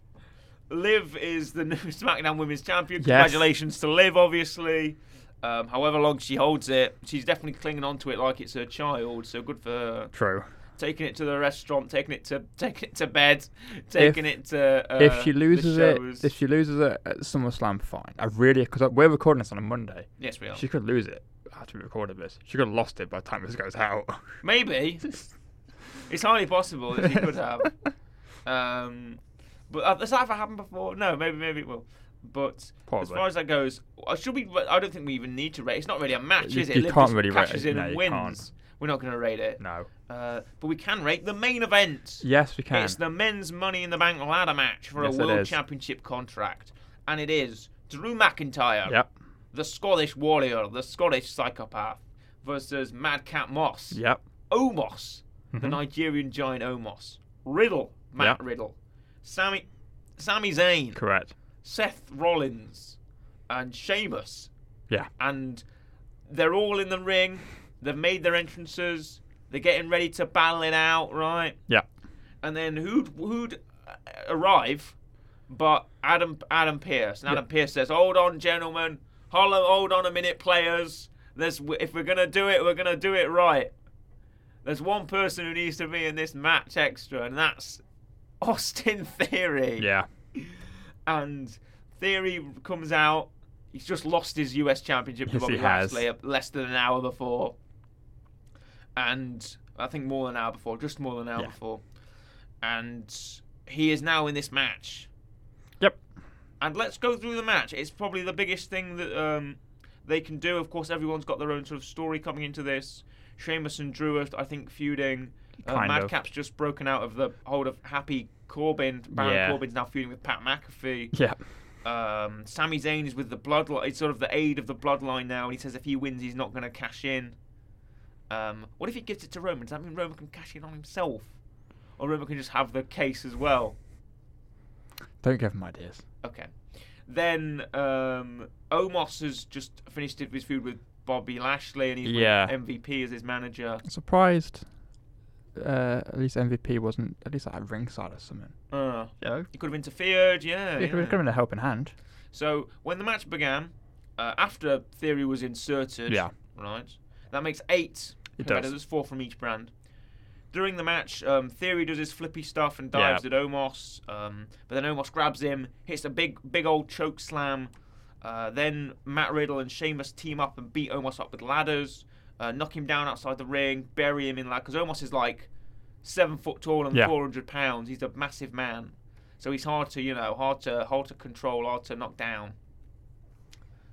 Speaker 1: Liv is the new SmackDown Women's Champion.
Speaker 2: Yes.
Speaker 1: Congratulations to Liv, obviously. Um, however long she holds it, she's definitely clinging on to it like it's her child. So good for her.
Speaker 2: True.
Speaker 1: Taking it to the restaurant, taking it to taking it to bed, taking it to. Uh,
Speaker 2: if she
Speaker 1: the
Speaker 2: loses it,
Speaker 1: shows.
Speaker 2: if she loses it at SummerSlam, fine. I really because we're recording this on a Monday.
Speaker 1: yes, we are.
Speaker 2: She could lose it after we recorded this. She could have lost it by the time this goes out.
Speaker 1: Maybe it's highly possible that she could have. Um, but uh, has that ever happened before? No, maybe maybe it will. But as
Speaker 2: Probably.
Speaker 1: far as that goes, uh, should we? I don't think we even need to rate. It's not really a match,
Speaker 2: You-
Speaker 1: is it?
Speaker 2: you
Speaker 1: Liv
Speaker 2: can't
Speaker 1: just
Speaker 2: really rate
Speaker 1: cashes
Speaker 2: it.
Speaker 1: in
Speaker 2: No,
Speaker 1: and
Speaker 2: you
Speaker 1: wins.
Speaker 2: can't.
Speaker 1: We're not going to rate it.
Speaker 2: no.
Speaker 1: Uh, but we can rate the main event.
Speaker 2: Yes, we can.
Speaker 1: It's the men's Money in the Bank ladder match for
Speaker 2: Yes,
Speaker 1: a
Speaker 2: it
Speaker 1: world
Speaker 2: is.
Speaker 1: championship contract, and it is Drew McIntyre,
Speaker 2: Yep.
Speaker 1: the Scottish warrior, the Scottish psychopath, versus Madcap Moss.
Speaker 2: Yep.
Speaker 1: Omos, the
Speaker 2: Mhm.
Speaker 1: Nigerian giant Omos, Riddle, Matt
Speaker 2: Yeah.
Speaker 1: Riddle, Sammy, Sami Zayn,
Speaker 2: Correct.
Speaker 1: Seth Rollins, and Sheamus,
Speaker 2: Yeah.
Speaker 1: and they're all in the ring. They've made their entrances. They're getting ready to battle it out, right?
Speaker 2: Yeah.
Speaker 1: And then who'd who'd uh, arrive? But Adam Adam Pierce. And Adam Pierce says, "Hold on, gentlemen. Hollow, hold on a minute, players. There's if we're gonna do it, we're gonna do it right. There's one person who needs to be in this match extra, and that's Austin Theory.
Speaker 2: Yeah.
Speaker 1: And Theory comes out. He's just lost his US Championship to
Speaker 2: Yes,
Speaker 1: Bobby
Speaker 2: he has.
Speaker 1: Lashley less than an hour before. And I think more than an hour before, just more than an hour
Speaker 2: Yeah.
Speaker 1: before. And he is now in this match.
Speaker 2: Yep.
Speaker 1: And let's go through the match. It's probably the biggest thing that um, they can do. Of course, everyone's got their own sort of story coming into this. Sheamus and Drew are, I think, feuding. Uh,
Speaker 2: Kind of.
Speaker 1: Madcap's just broken out of the hold of Happy Corbin. Baron
Speaker 2: Yeah.
Speaker 1: Corbin's now feuding with Pat McAfee.
Speaker 2: Yep.
Speaker 1: Um, Sami Zayn is with the bloodline. It's sort of the aid of the bloodline now. And he says if he wins, he's not going to cash in. Um, what if he gives it to Roman? Does that mean Roman can cash in on himself? Or Roman can just have the case as well?
Speaker 2: Don't give him ideas.
Speaker 1: Okay. Then um, Omos has just finished it his food with Bobby Lashley, and he's with
Speaker 2: Yeah.
Speaker 1: MVP as his manager.
Speaker 2: surprised. Uh, at least MVP wasn't at least at ringside or something.
Speaker 1: Uh,
Speaker 2: Yeah.
Speaker 1: he could have interfered, yeah.
Speaker 2: It could
Speaker 1: yeah.
Speaker 2: have been a helping hand.
Speaker 1: So when the match began, uh, after Theory was inserted,
Speaker 2: Yeah.
Speaker 1: right, that makes eight
Speaker 2: It
Speaker 1: competitors,
Speaker 2: does.
Speaker 1: four from each brand. During the match, um, Theory does his flippy stuff and dives at Omos, um, but then Omos grabs him, hits a big, big old choke slam. Uh, then Matt Riddle and Sheamus team up and beat Omos up with ladders, uh, knock him down outside the ring, bury him in ladders. Because Omos is like seven foot tall and
Speaker 2: Yeah.
Speaker 1: 400 pounds. He's a massive man. So he's hard to, you know, hard to hard to control, hard to knock down.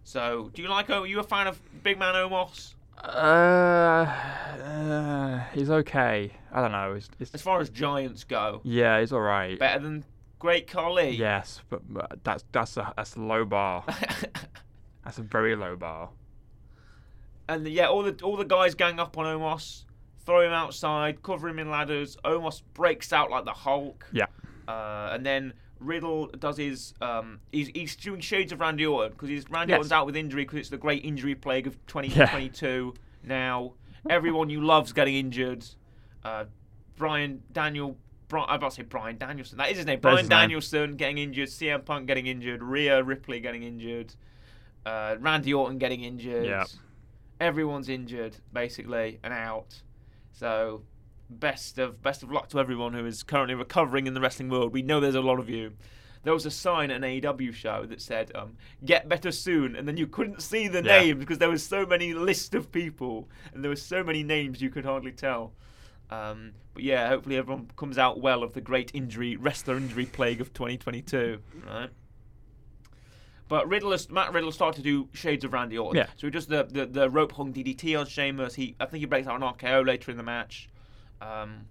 Speaker 1: So, do you like? Are you a fan of Big Man Omos?
Speaker 2: Uh, uh, he's okay. I don't know. He's, he's,
Speaker 1: As far as giants go,
Speaker 2: yeah, he's all right.
Speaker 1: better than Great Khali.
Speaker 2: Yes, but, but that's that's a that's a low bar. That's a very low bar.
Speaker 1: and yeah, all the all the guys gang up on Omos, throw him outside, cover him in ladders. Omos breaks out like the Hulk.
Speaker 2: Yeah.
Speaker 1: Uh, and then Riddle does his um, he's he's doing shades of Randy Orton because he's Randy
Speaker 2: Yes.
Speaker 1: Orton's out with injury because it's the great injury plague of
Speaker 2: Yeah.
Speaker 1: 2022 now. Everyone you love's getting injured. Uh, Brian Daniel. Bri- I about to say Brian Danielson. That is his name.
Speaker 2: That is
Speaker 1: Brian
Speaker 2: his name.
Speaker 1: Danielson getting injured. CM Punk getting injured. Rhea Ripley getting injured. Uh, Randy Orton getting injured.
Speaker 2: Yeah.
Speaker 1: Everyone's injured basically and out. So best of best of luck to everyone who is currently recovering in the wrestling world. We know there's a lot of you. There was a sign at an AEW show that said um, "Get better soon," and then you couldn't see the
Speaker 2: Yeah.
Speaker 1: names because there was so many list of people and there were so many names you could hardly tell. Um, but yeah, hopefully everyone comes out well of the great injury wrestler injury plague of 2022, right? But Riddle, is- Matt Riddle started to do shades of Randy Orton.
Speaker 2: Yeah.
Speaker 1: So he does the, the, the rope hung DDT on Sheamus. He I think he breaks out an RKO later in the match. Um,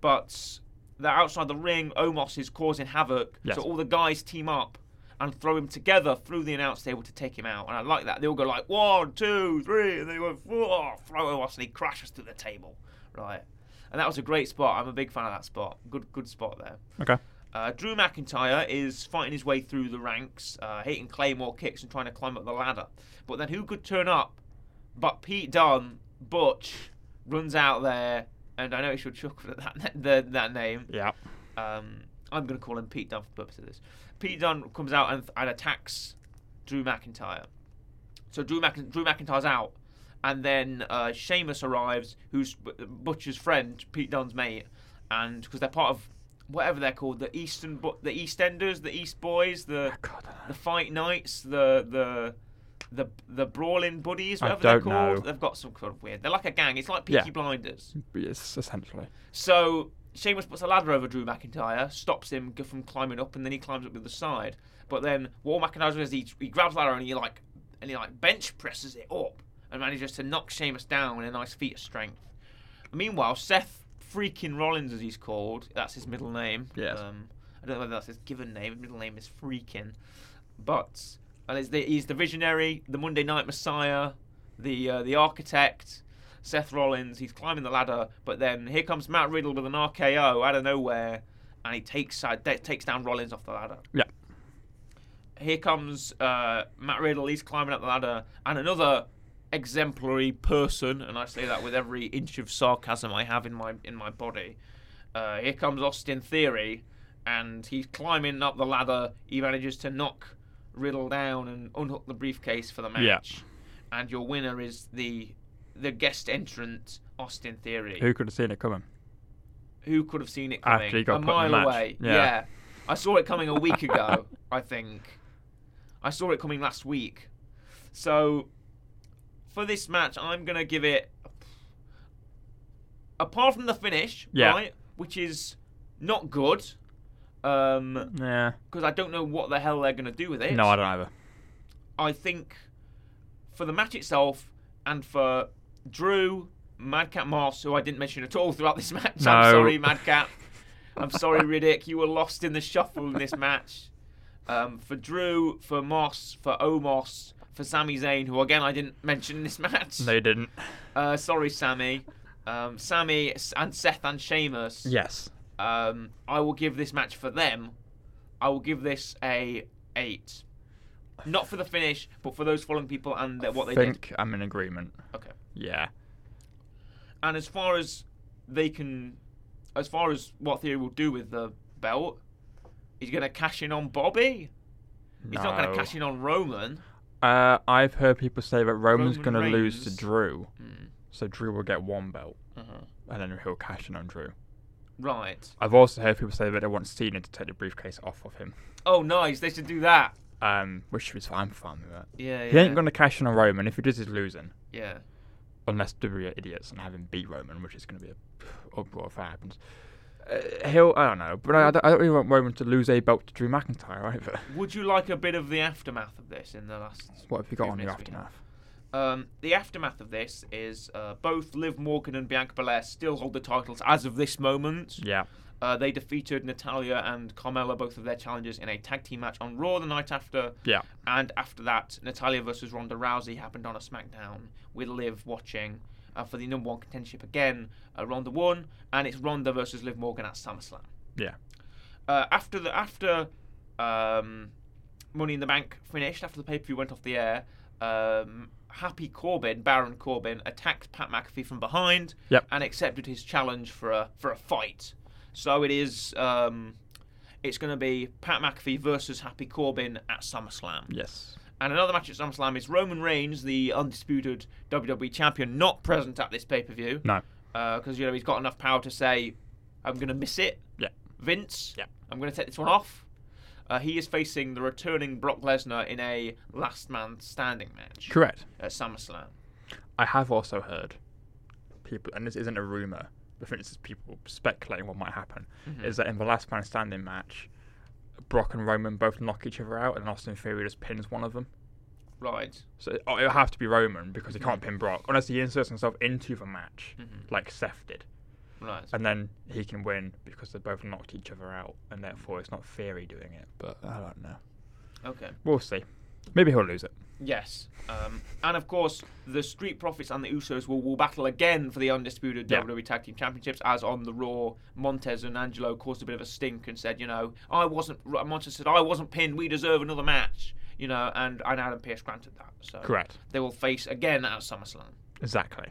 Speaker 1: but they're outside the ring. Omos is causing havoc.
Speaker 2: Yes.
Speaker 1: So all the guys team up and throw him together through the announce table to take him out. And I like that. They all go like one, two, three, and they go four, throw Omos, and he crashes through the table. Right. and that was a great spot. I'm a big fan of that spot. Good, good spot there.
Speaker 2: Okay.
Speaker 1: Uh, Drew McIntyre is fighting his way through the ranks, uh, hitting claymore kicks and trying to climb up the ladder. But then who could turn up? But Pete Dunne, Butch, runs out there, and I know he should chuckle at that the, that name.
Speaker 2: Yeah.
Speaker 1: Um, I'm going to call him Pete Dunne for the purpose of this. Pete Dunne comes out and, and attacks Drew McIntyre. So Drew, Mc, Drew McIntyre's out, and then uh, Sheamus arrives, who's B- Butcher's friend, Pete Dunne's mate, and because they're part of whatever they're called, the Eastern, Bu- the EastEnders, the East Boys, the
Speaker 2: God,
Speaker 1: the Fight Knights, the the the the Brawling Buddies,
Speaker 2: I
Speaker 1: whatever they're
Speaker 2: don't know.
Speaker 1: called. They've got some kind of weird. They're like a gang. It's like Peaky
Speaker 2: Yeah.
Speaker 1: Blinders.
Speaker 2: yes, essentially.
Speaker 1: So Sheamus puts a ladder over Drew McIntyre, stops him g- from climbing up, and then he climbs up the other side. But then what McIntyre does is he, he grabs the ladder and he like and he like bench presses it up and manages to knock Sheamus down in a nice feat of strength. Meanwhile, Seth freaking Rollins, as he's called, that's his middle name.
Speaker 2: Yes.
Speaker 1: Um, I don't know whether that's his given name. His middle name is freaking, but and he's the, he's the visionary, the Monday Night Messiah, the uh, the architect. Seth Rollins, he's climbing the ladder, but then here comes Matt Riddle with an RKO out of nowhere, and he takes uh, da- takes down Rollins off the ladder.
Speaker 2: Yeah.
Speaker 1: Here comes uh, Matt Riddle, he's climbing up the ladder, and another exemplary person, and I say that with every inch of sarcasm I have in my in my body. Uh, here comes Austin Theory, and he's climbing up the ladder. He manages to knock Riddle down and unhook the briefcase for the match.
Speaker 2: Yeah.
Speaker 1: And your winner is the the guest entrant, Austin Theory.
Speaker 2: Who could have seen it coming?
Speaker 1: Who could have seen it
Speaker 2: After
Speaker 1: coming
Speaker 2: he got
Speaker 1: a
Speaker 2: put in the
Speaker 1: mile
Speaker 2: match.
Speaker 1: away?
Speaker 2: Yeah.
Speaker 1: I saw it coming a week ago. I think I saw it coming last week. So for this match, I'm gonna give it. Apart from the finish,
Speaker 2: Yeah.
Speaker 1: right, which is not good, um,
Speaker 2: Yeah.
Speaker 1: because I don't know what the hell they're gonna do with it.
Speaker 2: No, I don't either.
Speaker 1: I think for the match itself and for Drew, Madcap Moss, who I didn't mention at all throughout this match. I'm
Speaker 2: No.
Speaker 1: sorry, Madcap. I'm sorry, Riddick. You were lost in the shuffle in this match. Um, for Drew, for Moss, for Omos, for Sami Zayn, who again I didn't mention in this match.
Speaker 2: No, you didn't.
Speaker 1: Uh, sorry, Sammy. Um, Sammy and Seth and Sheamus.
Speaker 2: Yes.
Speaker 1: Um, I will give this match for them. I will give this a eight. Not for the finish, but for those following people and their- what they did.
Speaker 2: think I'm in agreement.
Speaker 1: Okay.
Speaker 2: Yeah.
Speaker 1: And as far as they can, as far as what Theory will do with the belt, he's going to cash in on Bobby. He's not going
Speaker 2: No.
Speaker 1: to cash in on Roman.
Speaker 2: Uh, I've heard people say that Roman's
Speaker 1: Roman
Speaker 2: going to lose to
Speaker 1: Reigns.
Speaker 2: Drew,
Speaker 1: Hmm.
Speaker 2: so Drew will get one belt,
Speaker 1: Uh-huh.
Speaker 2: and then he'll cash in on Drew.
Speaker 1: Right.
Speaker 2: I've also heard people say that they want Cena to take the briefcase off of him,
Speaker 1: Oh, nice. They should do that.
Speaker 2: um, which is I'm fine with that.
Speaker 1: Yeah. yeah.
Speaker 2: He ain't going to cash in on Roman. If he does, he's losing.
Speaker 1: Yeah.
Speaker 2: Unless WWE are idiots and have him beat Roman, which is going to be a uproar if that happens. Uh, he'll, I don't know, but I, I don't, I don't really want Roman to lose a belt to Drew McIntyre either.
Speaker 1: Would you like a bit of the aftermath of this in the last
Speaker 2: What have you got
Speaker 1: Who
Speaker 2: on the
Speaker 1: missed me now?
Speaker 2: aftermath?
Speaker 1: Um, the aftermath of this is uh, both Liv Morgan and Bianca Belair still hold the titles as of this moment.
Speaker 2: Yeah.
Speaker 1: Uh, they defeated Natalia and Carmella, both of their challengers, in a tag team match on Raw the night after.
Speaker 2: Yeah.
Speaker 1: And after that, Natalia versus Ronda Rousey happened on a SmackDown with Liv watching uh, for the number one contendership again. Uh, Ronda won, and it's Ronda versus Liv Morgan at SummerSlam
Speaker 2: Yeah.
Speaker 1: uh, after the after um, Money in the Bank finished, after the pay per view went off the air, um, Happy Corbin, Baron Corbin, attacked Pat McAfee from behind
Speaker 2: Yep.
Speaker 1: and accepted his challenge for a for a fight. So it is um, it's going to be Pat McAfee versus Happy Corbin at SummerSlam.
Speaker 2: Yes.
Speaker 1: And another match at SummerSlam is Roman Reigns, the undisputed WWE champion, not present at this pay per view
Speaker 2: No.
Speaker 1: because Uh, you know he's got enough power to say, "I'm going to miss it."
Speaker 2: Yeah.
Speaker 1: Vince.
Speaker 2: Yeah.
Speaker 1: I'm going to take this one off. Uh, he is facing the returning Brock Lesnar in a Last Man Standing match
Speaker 2: Correct.
Speaker 1: at SummerSlam.
Speaker 2: I have also heard people, and this isn't a rumor, I think this is people speculating what might happen, is that in the last man standing match, Brock and Roman both knock each other out, and Austin Theory just pins one of them.
Speaker 1: Right.
Speaker 2: So it, it'll have to be Roman because he can't pin Brock unless he inserts himself into the match, like Seth did,
Speaker 1: Right.
Speaker 2: and then he can win because they both knocked each other out, and therefore it's not Theory doing it. But I don't know.
Speaker 1: Okay.
Speaker 2: We'll see. Maybe he'll lose it.
Speaker 1: Yes. Um, and of course, the Street Profits and the Usos will, will battle again for the undisputed
Speaker 2: Yeah.
Speaker 1: WWE Tag Team Championships, as on the Raw, Montez and Angelo caused a bit of a stink and said, you know, I wasn't. R- Montez said, I wasn't pinned. We deserve another match. You know, and and Adam Pearce granted that. So
Speaker 2: Correct.
Speaker 1: They will face again at SummerSlam,
Speaker 2: Exactly.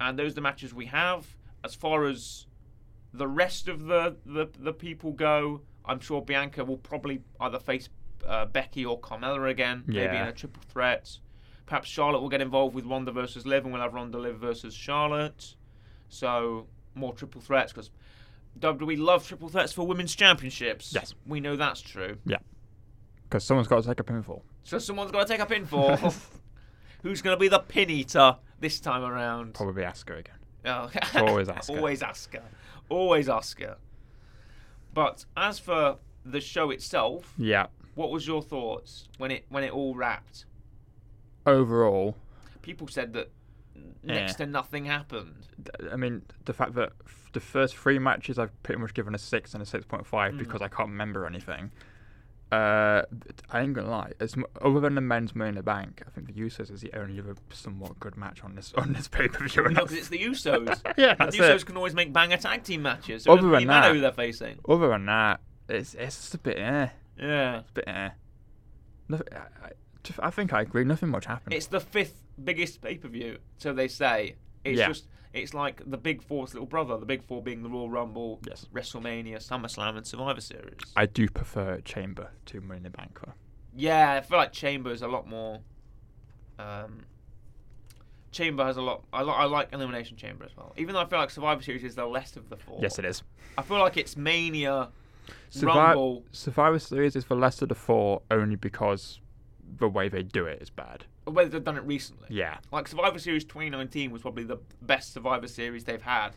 Speaker 1: and those are the matches we have. As far as the rest of the the, the people go, I'm sure Bianca will probably either face uh, Becky or Carmella again, maybe in
Speaker 2: Yeah.
Speaker 1: a triple threat. Perhaps Charlotte will get involved with Ronda versus Liv, and we'll have Ronda Liv versus Charlotte. So more triple threats because WWE E love triple threats for women's championships.
Speaker 2: Yes.
Speaker 1: we know that's true.
Speaker 2: Because someone's got to take a pinfall.
Speaker 1: So someone's got to take a pin for. Who's going to be the pin eater this time around?
Speaker 2: Probably Asuka again.
Speaker 1: Oh.
Speaker 2: Always Asuka.
Speaker 1: Always Asuka. Always Asuka. But as for the show itself,
Speaker 2: Yeah.
Speaker 1: what was your thoughts when it when it all wrapped?
Speaker 2: Overall,
Speaker 1: People said that next to nothing happened.
Speaker 2: th- I mean, the fact that f- the first three matches I've pretty much given a six and a six point
Speaker 1: Hmm.
Speaker 2: five because I can't remember anything. Uh, th- I ain't gonna lie. As mu- other than the men's Money in the Bank, I think the Usos is the only other somewhat good match on this on this pay per view.
Speaker 1: No, because it's the Usos.
Speaker 2: yeah,
Speaker 1: And
Speaker 2: that's
Speaker 1: the Usos
Speaker 2: it.
Speaker 1: can always make banger tag team matches. So it doesn't
Speaker 2: Other than
Speaker 1: really matter
Speaker 2: that-
Speaker 1: who they're facing.
Speaker 2: Other than that, it's it's just a bit eh,
Speaker 1: Yeah.
Speaker 2: bit eh. Nothing, I, I, just- I think I agree. Nothing much happened.
Speaker 1: It's the fifth biggest pay per view, so they say. It's
Speaker 2: Yeah.
Speaker 1: just it's like the big four's little brother, the big four being the Royal Rumble,
Speaker 2: Yes.
Speaker 1: WrestleMania, SummerSlam and Survivor series.
Speaker 2: I do prefer Chamber to Money in the Bank. though.
Speaker 1: Yeah, I feel like Chamber is a lot more. Um, Chamber has a lot. I, li- I like Elimination Chamber as well. Even though I feel like Survivor Series is the less of the four.
Speaker 2: Yes, it is.
Speaker 1: I feel like it's Mania,
Speaker 2: Survi-
Speaker 1: Rumble.
Speaker 2: Survivor Series is the lesser of the four only because the way they do it is bad.
Speaker 1: Whether they've done it recently.
Speaker 2: Yeah.
Speaker 1: Like Survivor Series 2019 was probably the best Survivor Series they've had.
Speaker 2: Is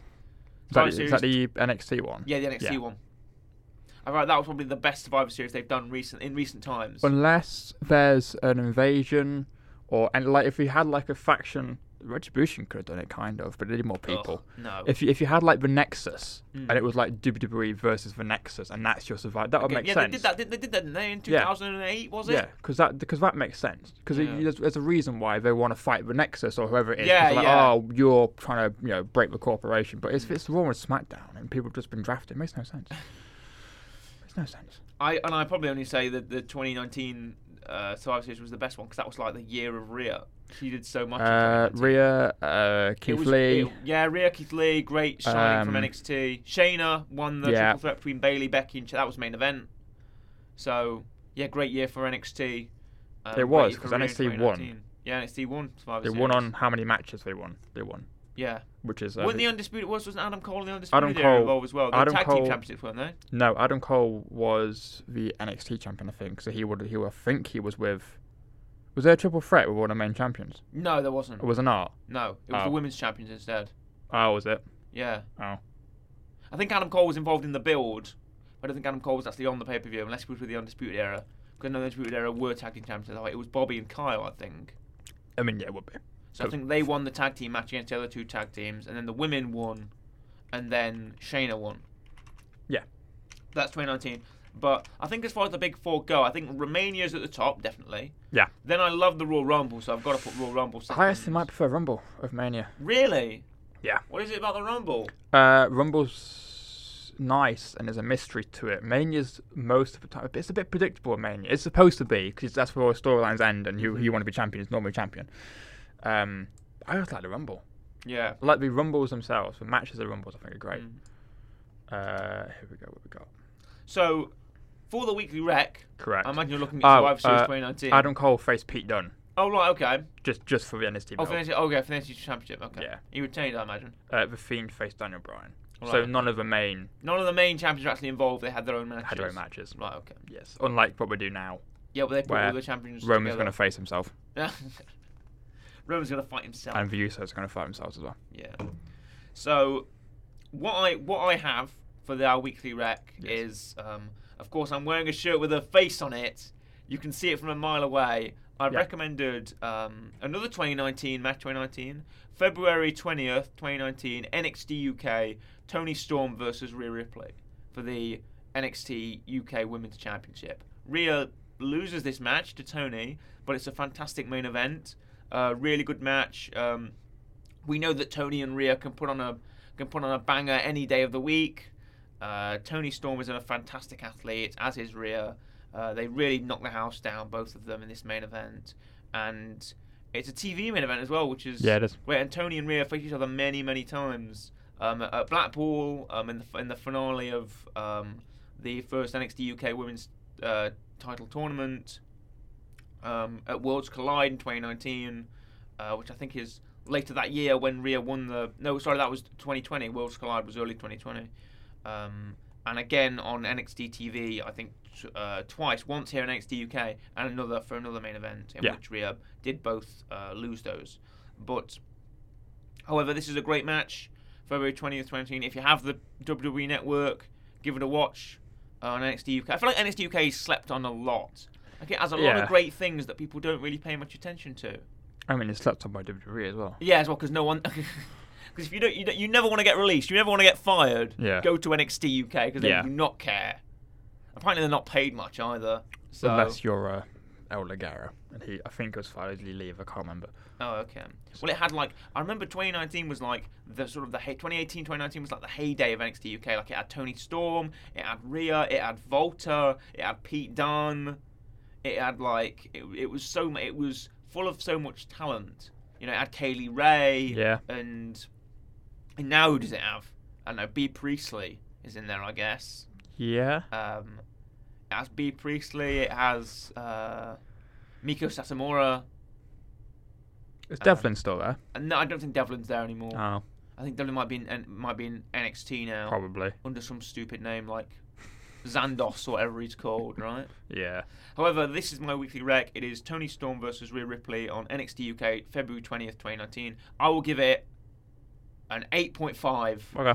Speaker 2: that,
Speaker 1: Survivor
Speaker 2: the, is that the NXT one?
Speaker 1: Yeah, the NXT
Speaker 2: Yeah.
Speaker 1: one. I feel like that was probably the best Survivor Series they've done recent in recent times.
Speaker 2: Unless there's an invasion or and like if you had like a faction Retribution could have done it kind of, but they need more
Speaker 1: Ugh,
Speaker 2: people.
Speaker 1: no.
Speaker 2: If you, if you had like the Nexus
Speaker 1: Mm.
Speaker 2: and it was like WWE versus the Nexus and that's your survivor, that would
Speaker 1: Okay,
Speaker 2: make
Speaker 1: yeah,
Speaker 2: sense.
Speaker 1: they did that. They, they did that didn't they, in
Speaker 2: Yeah.
Speaker 1: 2008, was it?
Speaker 2: Yeah, because that because that makes sense. Because
Speaker 1: Yeah.
Speaker 2: there's, there's a reason why they want to fight the Nexus or whoever it is. 'cause
Speaker 1: Yeah,
Speaker 2: they're like,
Speaker 1: yeah. Mm.
Speaker 2: Oh, you're trying to you know break the corporation, but if it's Raw and SmackDown and people have just been drafted, it makes no sense. makes no sense.
Speaker 1: I and I probably only say that the 2019 uh, Survivor Series was the best one because that was like the year of Rhea. She did so much. in
Speaker 2: Uh,
Speaker 1: 2019.
Speaker 2: Rhea, uh,
Speaker 1: It
Speaker 2: Keith
Speaker 1: was-
Speaker 2: Lee.
Speaker 1: it- yeah, Rhea Keith Lee, great signing from
Speaker 2: Um,
Speaker 1: NXT. Shayna won the
Speaker 2: yeah.
Speaker 1: triple threat between Bailey, Becky, and Ch- that was main event. So yeah, great year for NXT. Um, great
Speaker 2: was,
Speaker 1: year for
Speaker 2: 'cause
Speaker 1: Rhea in
Speaker 2: NXT won.
Speaker 1: 2019. Yeah, NXT won Survivor
Speaker 2: they
Speaker 1: Series.
Speaker 2: won on how many matches they won? They won,
Speaker 1: Yeah,
Speaker 2: which is uh,
Speaker 1: weren't
Speaker 2: the-
Speaker 1: the undisputed was wasn't Adam Cole in the undisputed
Speaker 2: Adam
Speaker 1: era
Speaker 2: Cole-
Speaker 1: involved as well? The
Speaker 2: Adam
Speaker 1: tag team
Speaker 2: Cole-
Speaker 1: championships weren't they?
Speaker 2: no Adam Cole was the NXT champion, I think. So he would he would, I think he was with. Was there a triple threat with one of the main champions?
Speaker 1: No, there wasn't.
Speaker 2: It was an art.
Speaker 1: No, it was the
Speaker 2: Oh.
Speaker 1: women's champions instead.
Speaker 2: Oh, was it?
Speaker 1: Yeah.
Speaker 2: Oh.
Speaker 1: I think Adam Cole was involved in the build. But I don't think Adam Cole was actually on the pay per view unless he was with the Undisputed Era. Because the Undisputed Era were tag team champions. at that point. It was Bobby and Kyle, I think.
Speaker 2: I mean, yeah, it would be.
Speaker 1: So I
Speaker 2: So-
Speaker 1: think they won the tag team match against the other two tag teams, and then the women won, and then Shayna won.
Speaker 2: Yeah.
Speaker 1: That's 2019. But I think as far as the big four go, I think Romania's at the top definitely.
Speaker 2: Yeah.
Speaker 1: Then I love the Royal Rumble, so I've got to put Royal Rumble. Second.
Speaker 2: I actually might prefer Rumble of Mania.
Speaker 1: Really?
Speaker 2: Yeah.
Speaker 1: What is it about the Rumble?
Speaker 2: Uh, Rumble's nice and there's a mystery to it. Mania's most of the time, it's a bit predictable. in Mania, it's supposed to be because that's where all storylines end, and you you want to be champion is normally champion. Um, I just like the Rumble.
Speaker 1: Yeah.
Speaker 2: I like the Rumbles themselves. The matches of Rumbles, I think, are great.
Speaker 1: Mm.
Speaker 2: Uh, here we go. What we got?
Speaker 1: So for the weekly rec,
Speaker 2: Correct.
Speaker 1: I imagine you're looking at
Speaker 2: Oh,
Speaker 1: Survivor Series
Speaker 2: uh,
Speaker 1: 2019.
Speaker 2: Adam Cole faced Pete Dunne
Speaker 1: Oh right, okay.
Speaker 2: just just for the NXT
Speaker 1: Oh,
Speaker 2: belt.
Speaker 1: for the NXT okay, for the NXT Championship. Okay.
Speaker 2: Yeah.
Speaker 1: He retained, I imagine.
Speaker 2: uh, the Fiend faced Daniel Bryan. So
Speaker 1: Alright.
Speaker 2: none of the main
Speaker 1: None of the main champions were actually involved. They had their own matches.
Speaker 2: had their own matches.
Speaker 1: Right. Okay.
Speaker 2: Yes, unlike what we do now.
Speaker 1: Yeah, but they put all
Speaker 2: Where
Speaker 1: the champions.
Speaker 2: Roman's going
Speaker 1: together.
Speaker 2: to face himself,
Speaker 1: Roman's gonna fight himself.
Speaker 2: and the Usos are going to fight themselves as well.
Speaker 1: yeah. So, what I what I have for the- our weekly rec is, um, of course, I'm wearing a shirt with a face on it. You can see it from a mile away. I've
Speaker 2: Yeah.
Speaker 1: recommended um, another 2019 match. 2019, February 20th, 2019, NXT UK, Tony Storm versus Rhea Ripley for the NXT UK Women's Championship. Rhea loses this match to Tony, but it's a fantastic main event. Uh, really good match. Um, we know that Tony and Rhea can put on a can put on a banger any day of the week. Uh, Tony Storm is a fantastic athlete, as is Rhea. Uh, they really knock the house down, both of them, in this main event. And it's a TV main event as well, which is
Speaker 2: Yeah, it is.
Speaker 1: where Tony and Rhea face each other many, many times. Um, at Blackpool, um, in the in the finale of um, the first NXT UK Women's uh, Title tournament, um, at Worlds Collide in 2019, uh, which I think is later that year when Rhea won the. No, sorry, that was 2020. Worlds Collide was early 2020. Um, and again on NXT TV, I think t- uh, twice, once here in NXT UK and another for another main event in
Speaker 2: Yeah.
Speaker 1: which Rhea did both uh, lose those. But, however, this is a great match. February 20th, 2019. If you have the WWE Network, give it a watch uh, on NXT UK. I feel like NXT UK slept on a lot. Like it has a lot
Speaker 2: Yeah.
Speaker 1: of great things that people don't really pay much attention to.
Speaker 2: I mean, it's slept on by WWE as well.
Speaker 1: Yeah, as well, because no one. Because if you don't, you don't, you never want to get released. You never want to get fired.
Speaker 2: Yeah.
Speaker 1: Go to NXT UK because they
Speaker 2: Yeah.
Speaker 1: do not care. Apparently, they're not paid much either. So.
Speaker 2: Unless you're uh, El Ligero, and he, I think it was finally leave. I can't remember.
Speaker 1: Oh, okay. Well, it had like I remember 2019 was like the sort of the hey 2018 2019 was like the heyday of NXT UK. Like it had Tony Storm, it had Rhea, it had Volta, it had Pete Dunne, it had like it, it was so mu- it was full of so much talent. You know, it had Kaylee Ray.
Speaker 2: Yeah.
Speaker 1: And, and now who does it have? I don't know. B Priestley is in there, I guess.
Speaker 2: Yeah.
Speaker 1: Um, it has B Priestley. It has uh, Miko Satomura.
Speaker 2: Is
Speaker 1: Uh,
Speaker 2: Devlin still there?
Speaker 1: And no, I don't think Devlin's there anymore.
Speaker 2: Oh,
Speaker 1: I think Devlin might be in N- might be in NXT now
Speaker 2: probably.
Speaker 1: under some stupid name like Zandos or whatever he's called, right?
Speaker 2: Yeah.
Speaker 1: However, this is my weekly rec. It is Tony Storm versus Rhea Ripley on NXT UK, February twentieth, twenty nineteen. I will give it an eight point five
Speaker 2: Okay.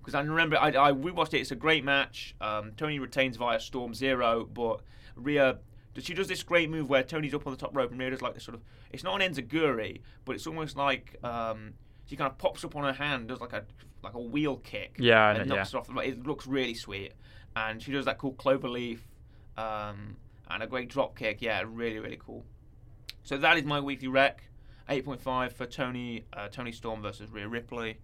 Speaker 1: because I remember I, I rewatched it. It's a great match. Um, Tony retains via Storm Zero, but Rhea does she does this great move where Tony's up on the top rope and Rhea does like this sort of it's not an enziguri, but it's almost like um, she kind of pops up on her hand, does like a like a wheel kick,
Speaker 2: Yeah, I
Speaker 1: and
Speaker 2: know- yeah.
Speaker 1: knocks it off. the It looks really sweet, and she does that cool cloverleaf um, and a great drop kick. Yeah, really really cool. So that is my weekly rec. 8.5 for Tony uh, Tony Storm versus Rhea Ripley,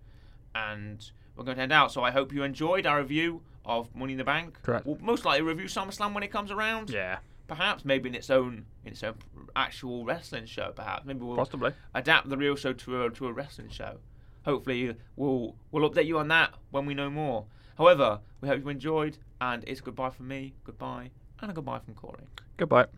Speaker 1: and we're going to end out. So I hope you enjoyed our review of Money in the Bank.
Speaker 2: Correct.
Speaker 1: We'll most likely review SummerSlam when it comes around.
Speaker 2: Yeah.
Speaker 1: Perhaps maybe in its own in its own actual wrestling show. Perhaps maybe we'll
Speaker 2: Possibly.
Speaker 1: adapt the real show to a, to a wrestling show. Hopefully we'll we'll update you on that when we know more. However, we hope you enjoyed, and it's goodbye from me, goodbye, and a goodbye from Corey.
Speaker 2: Goodbye.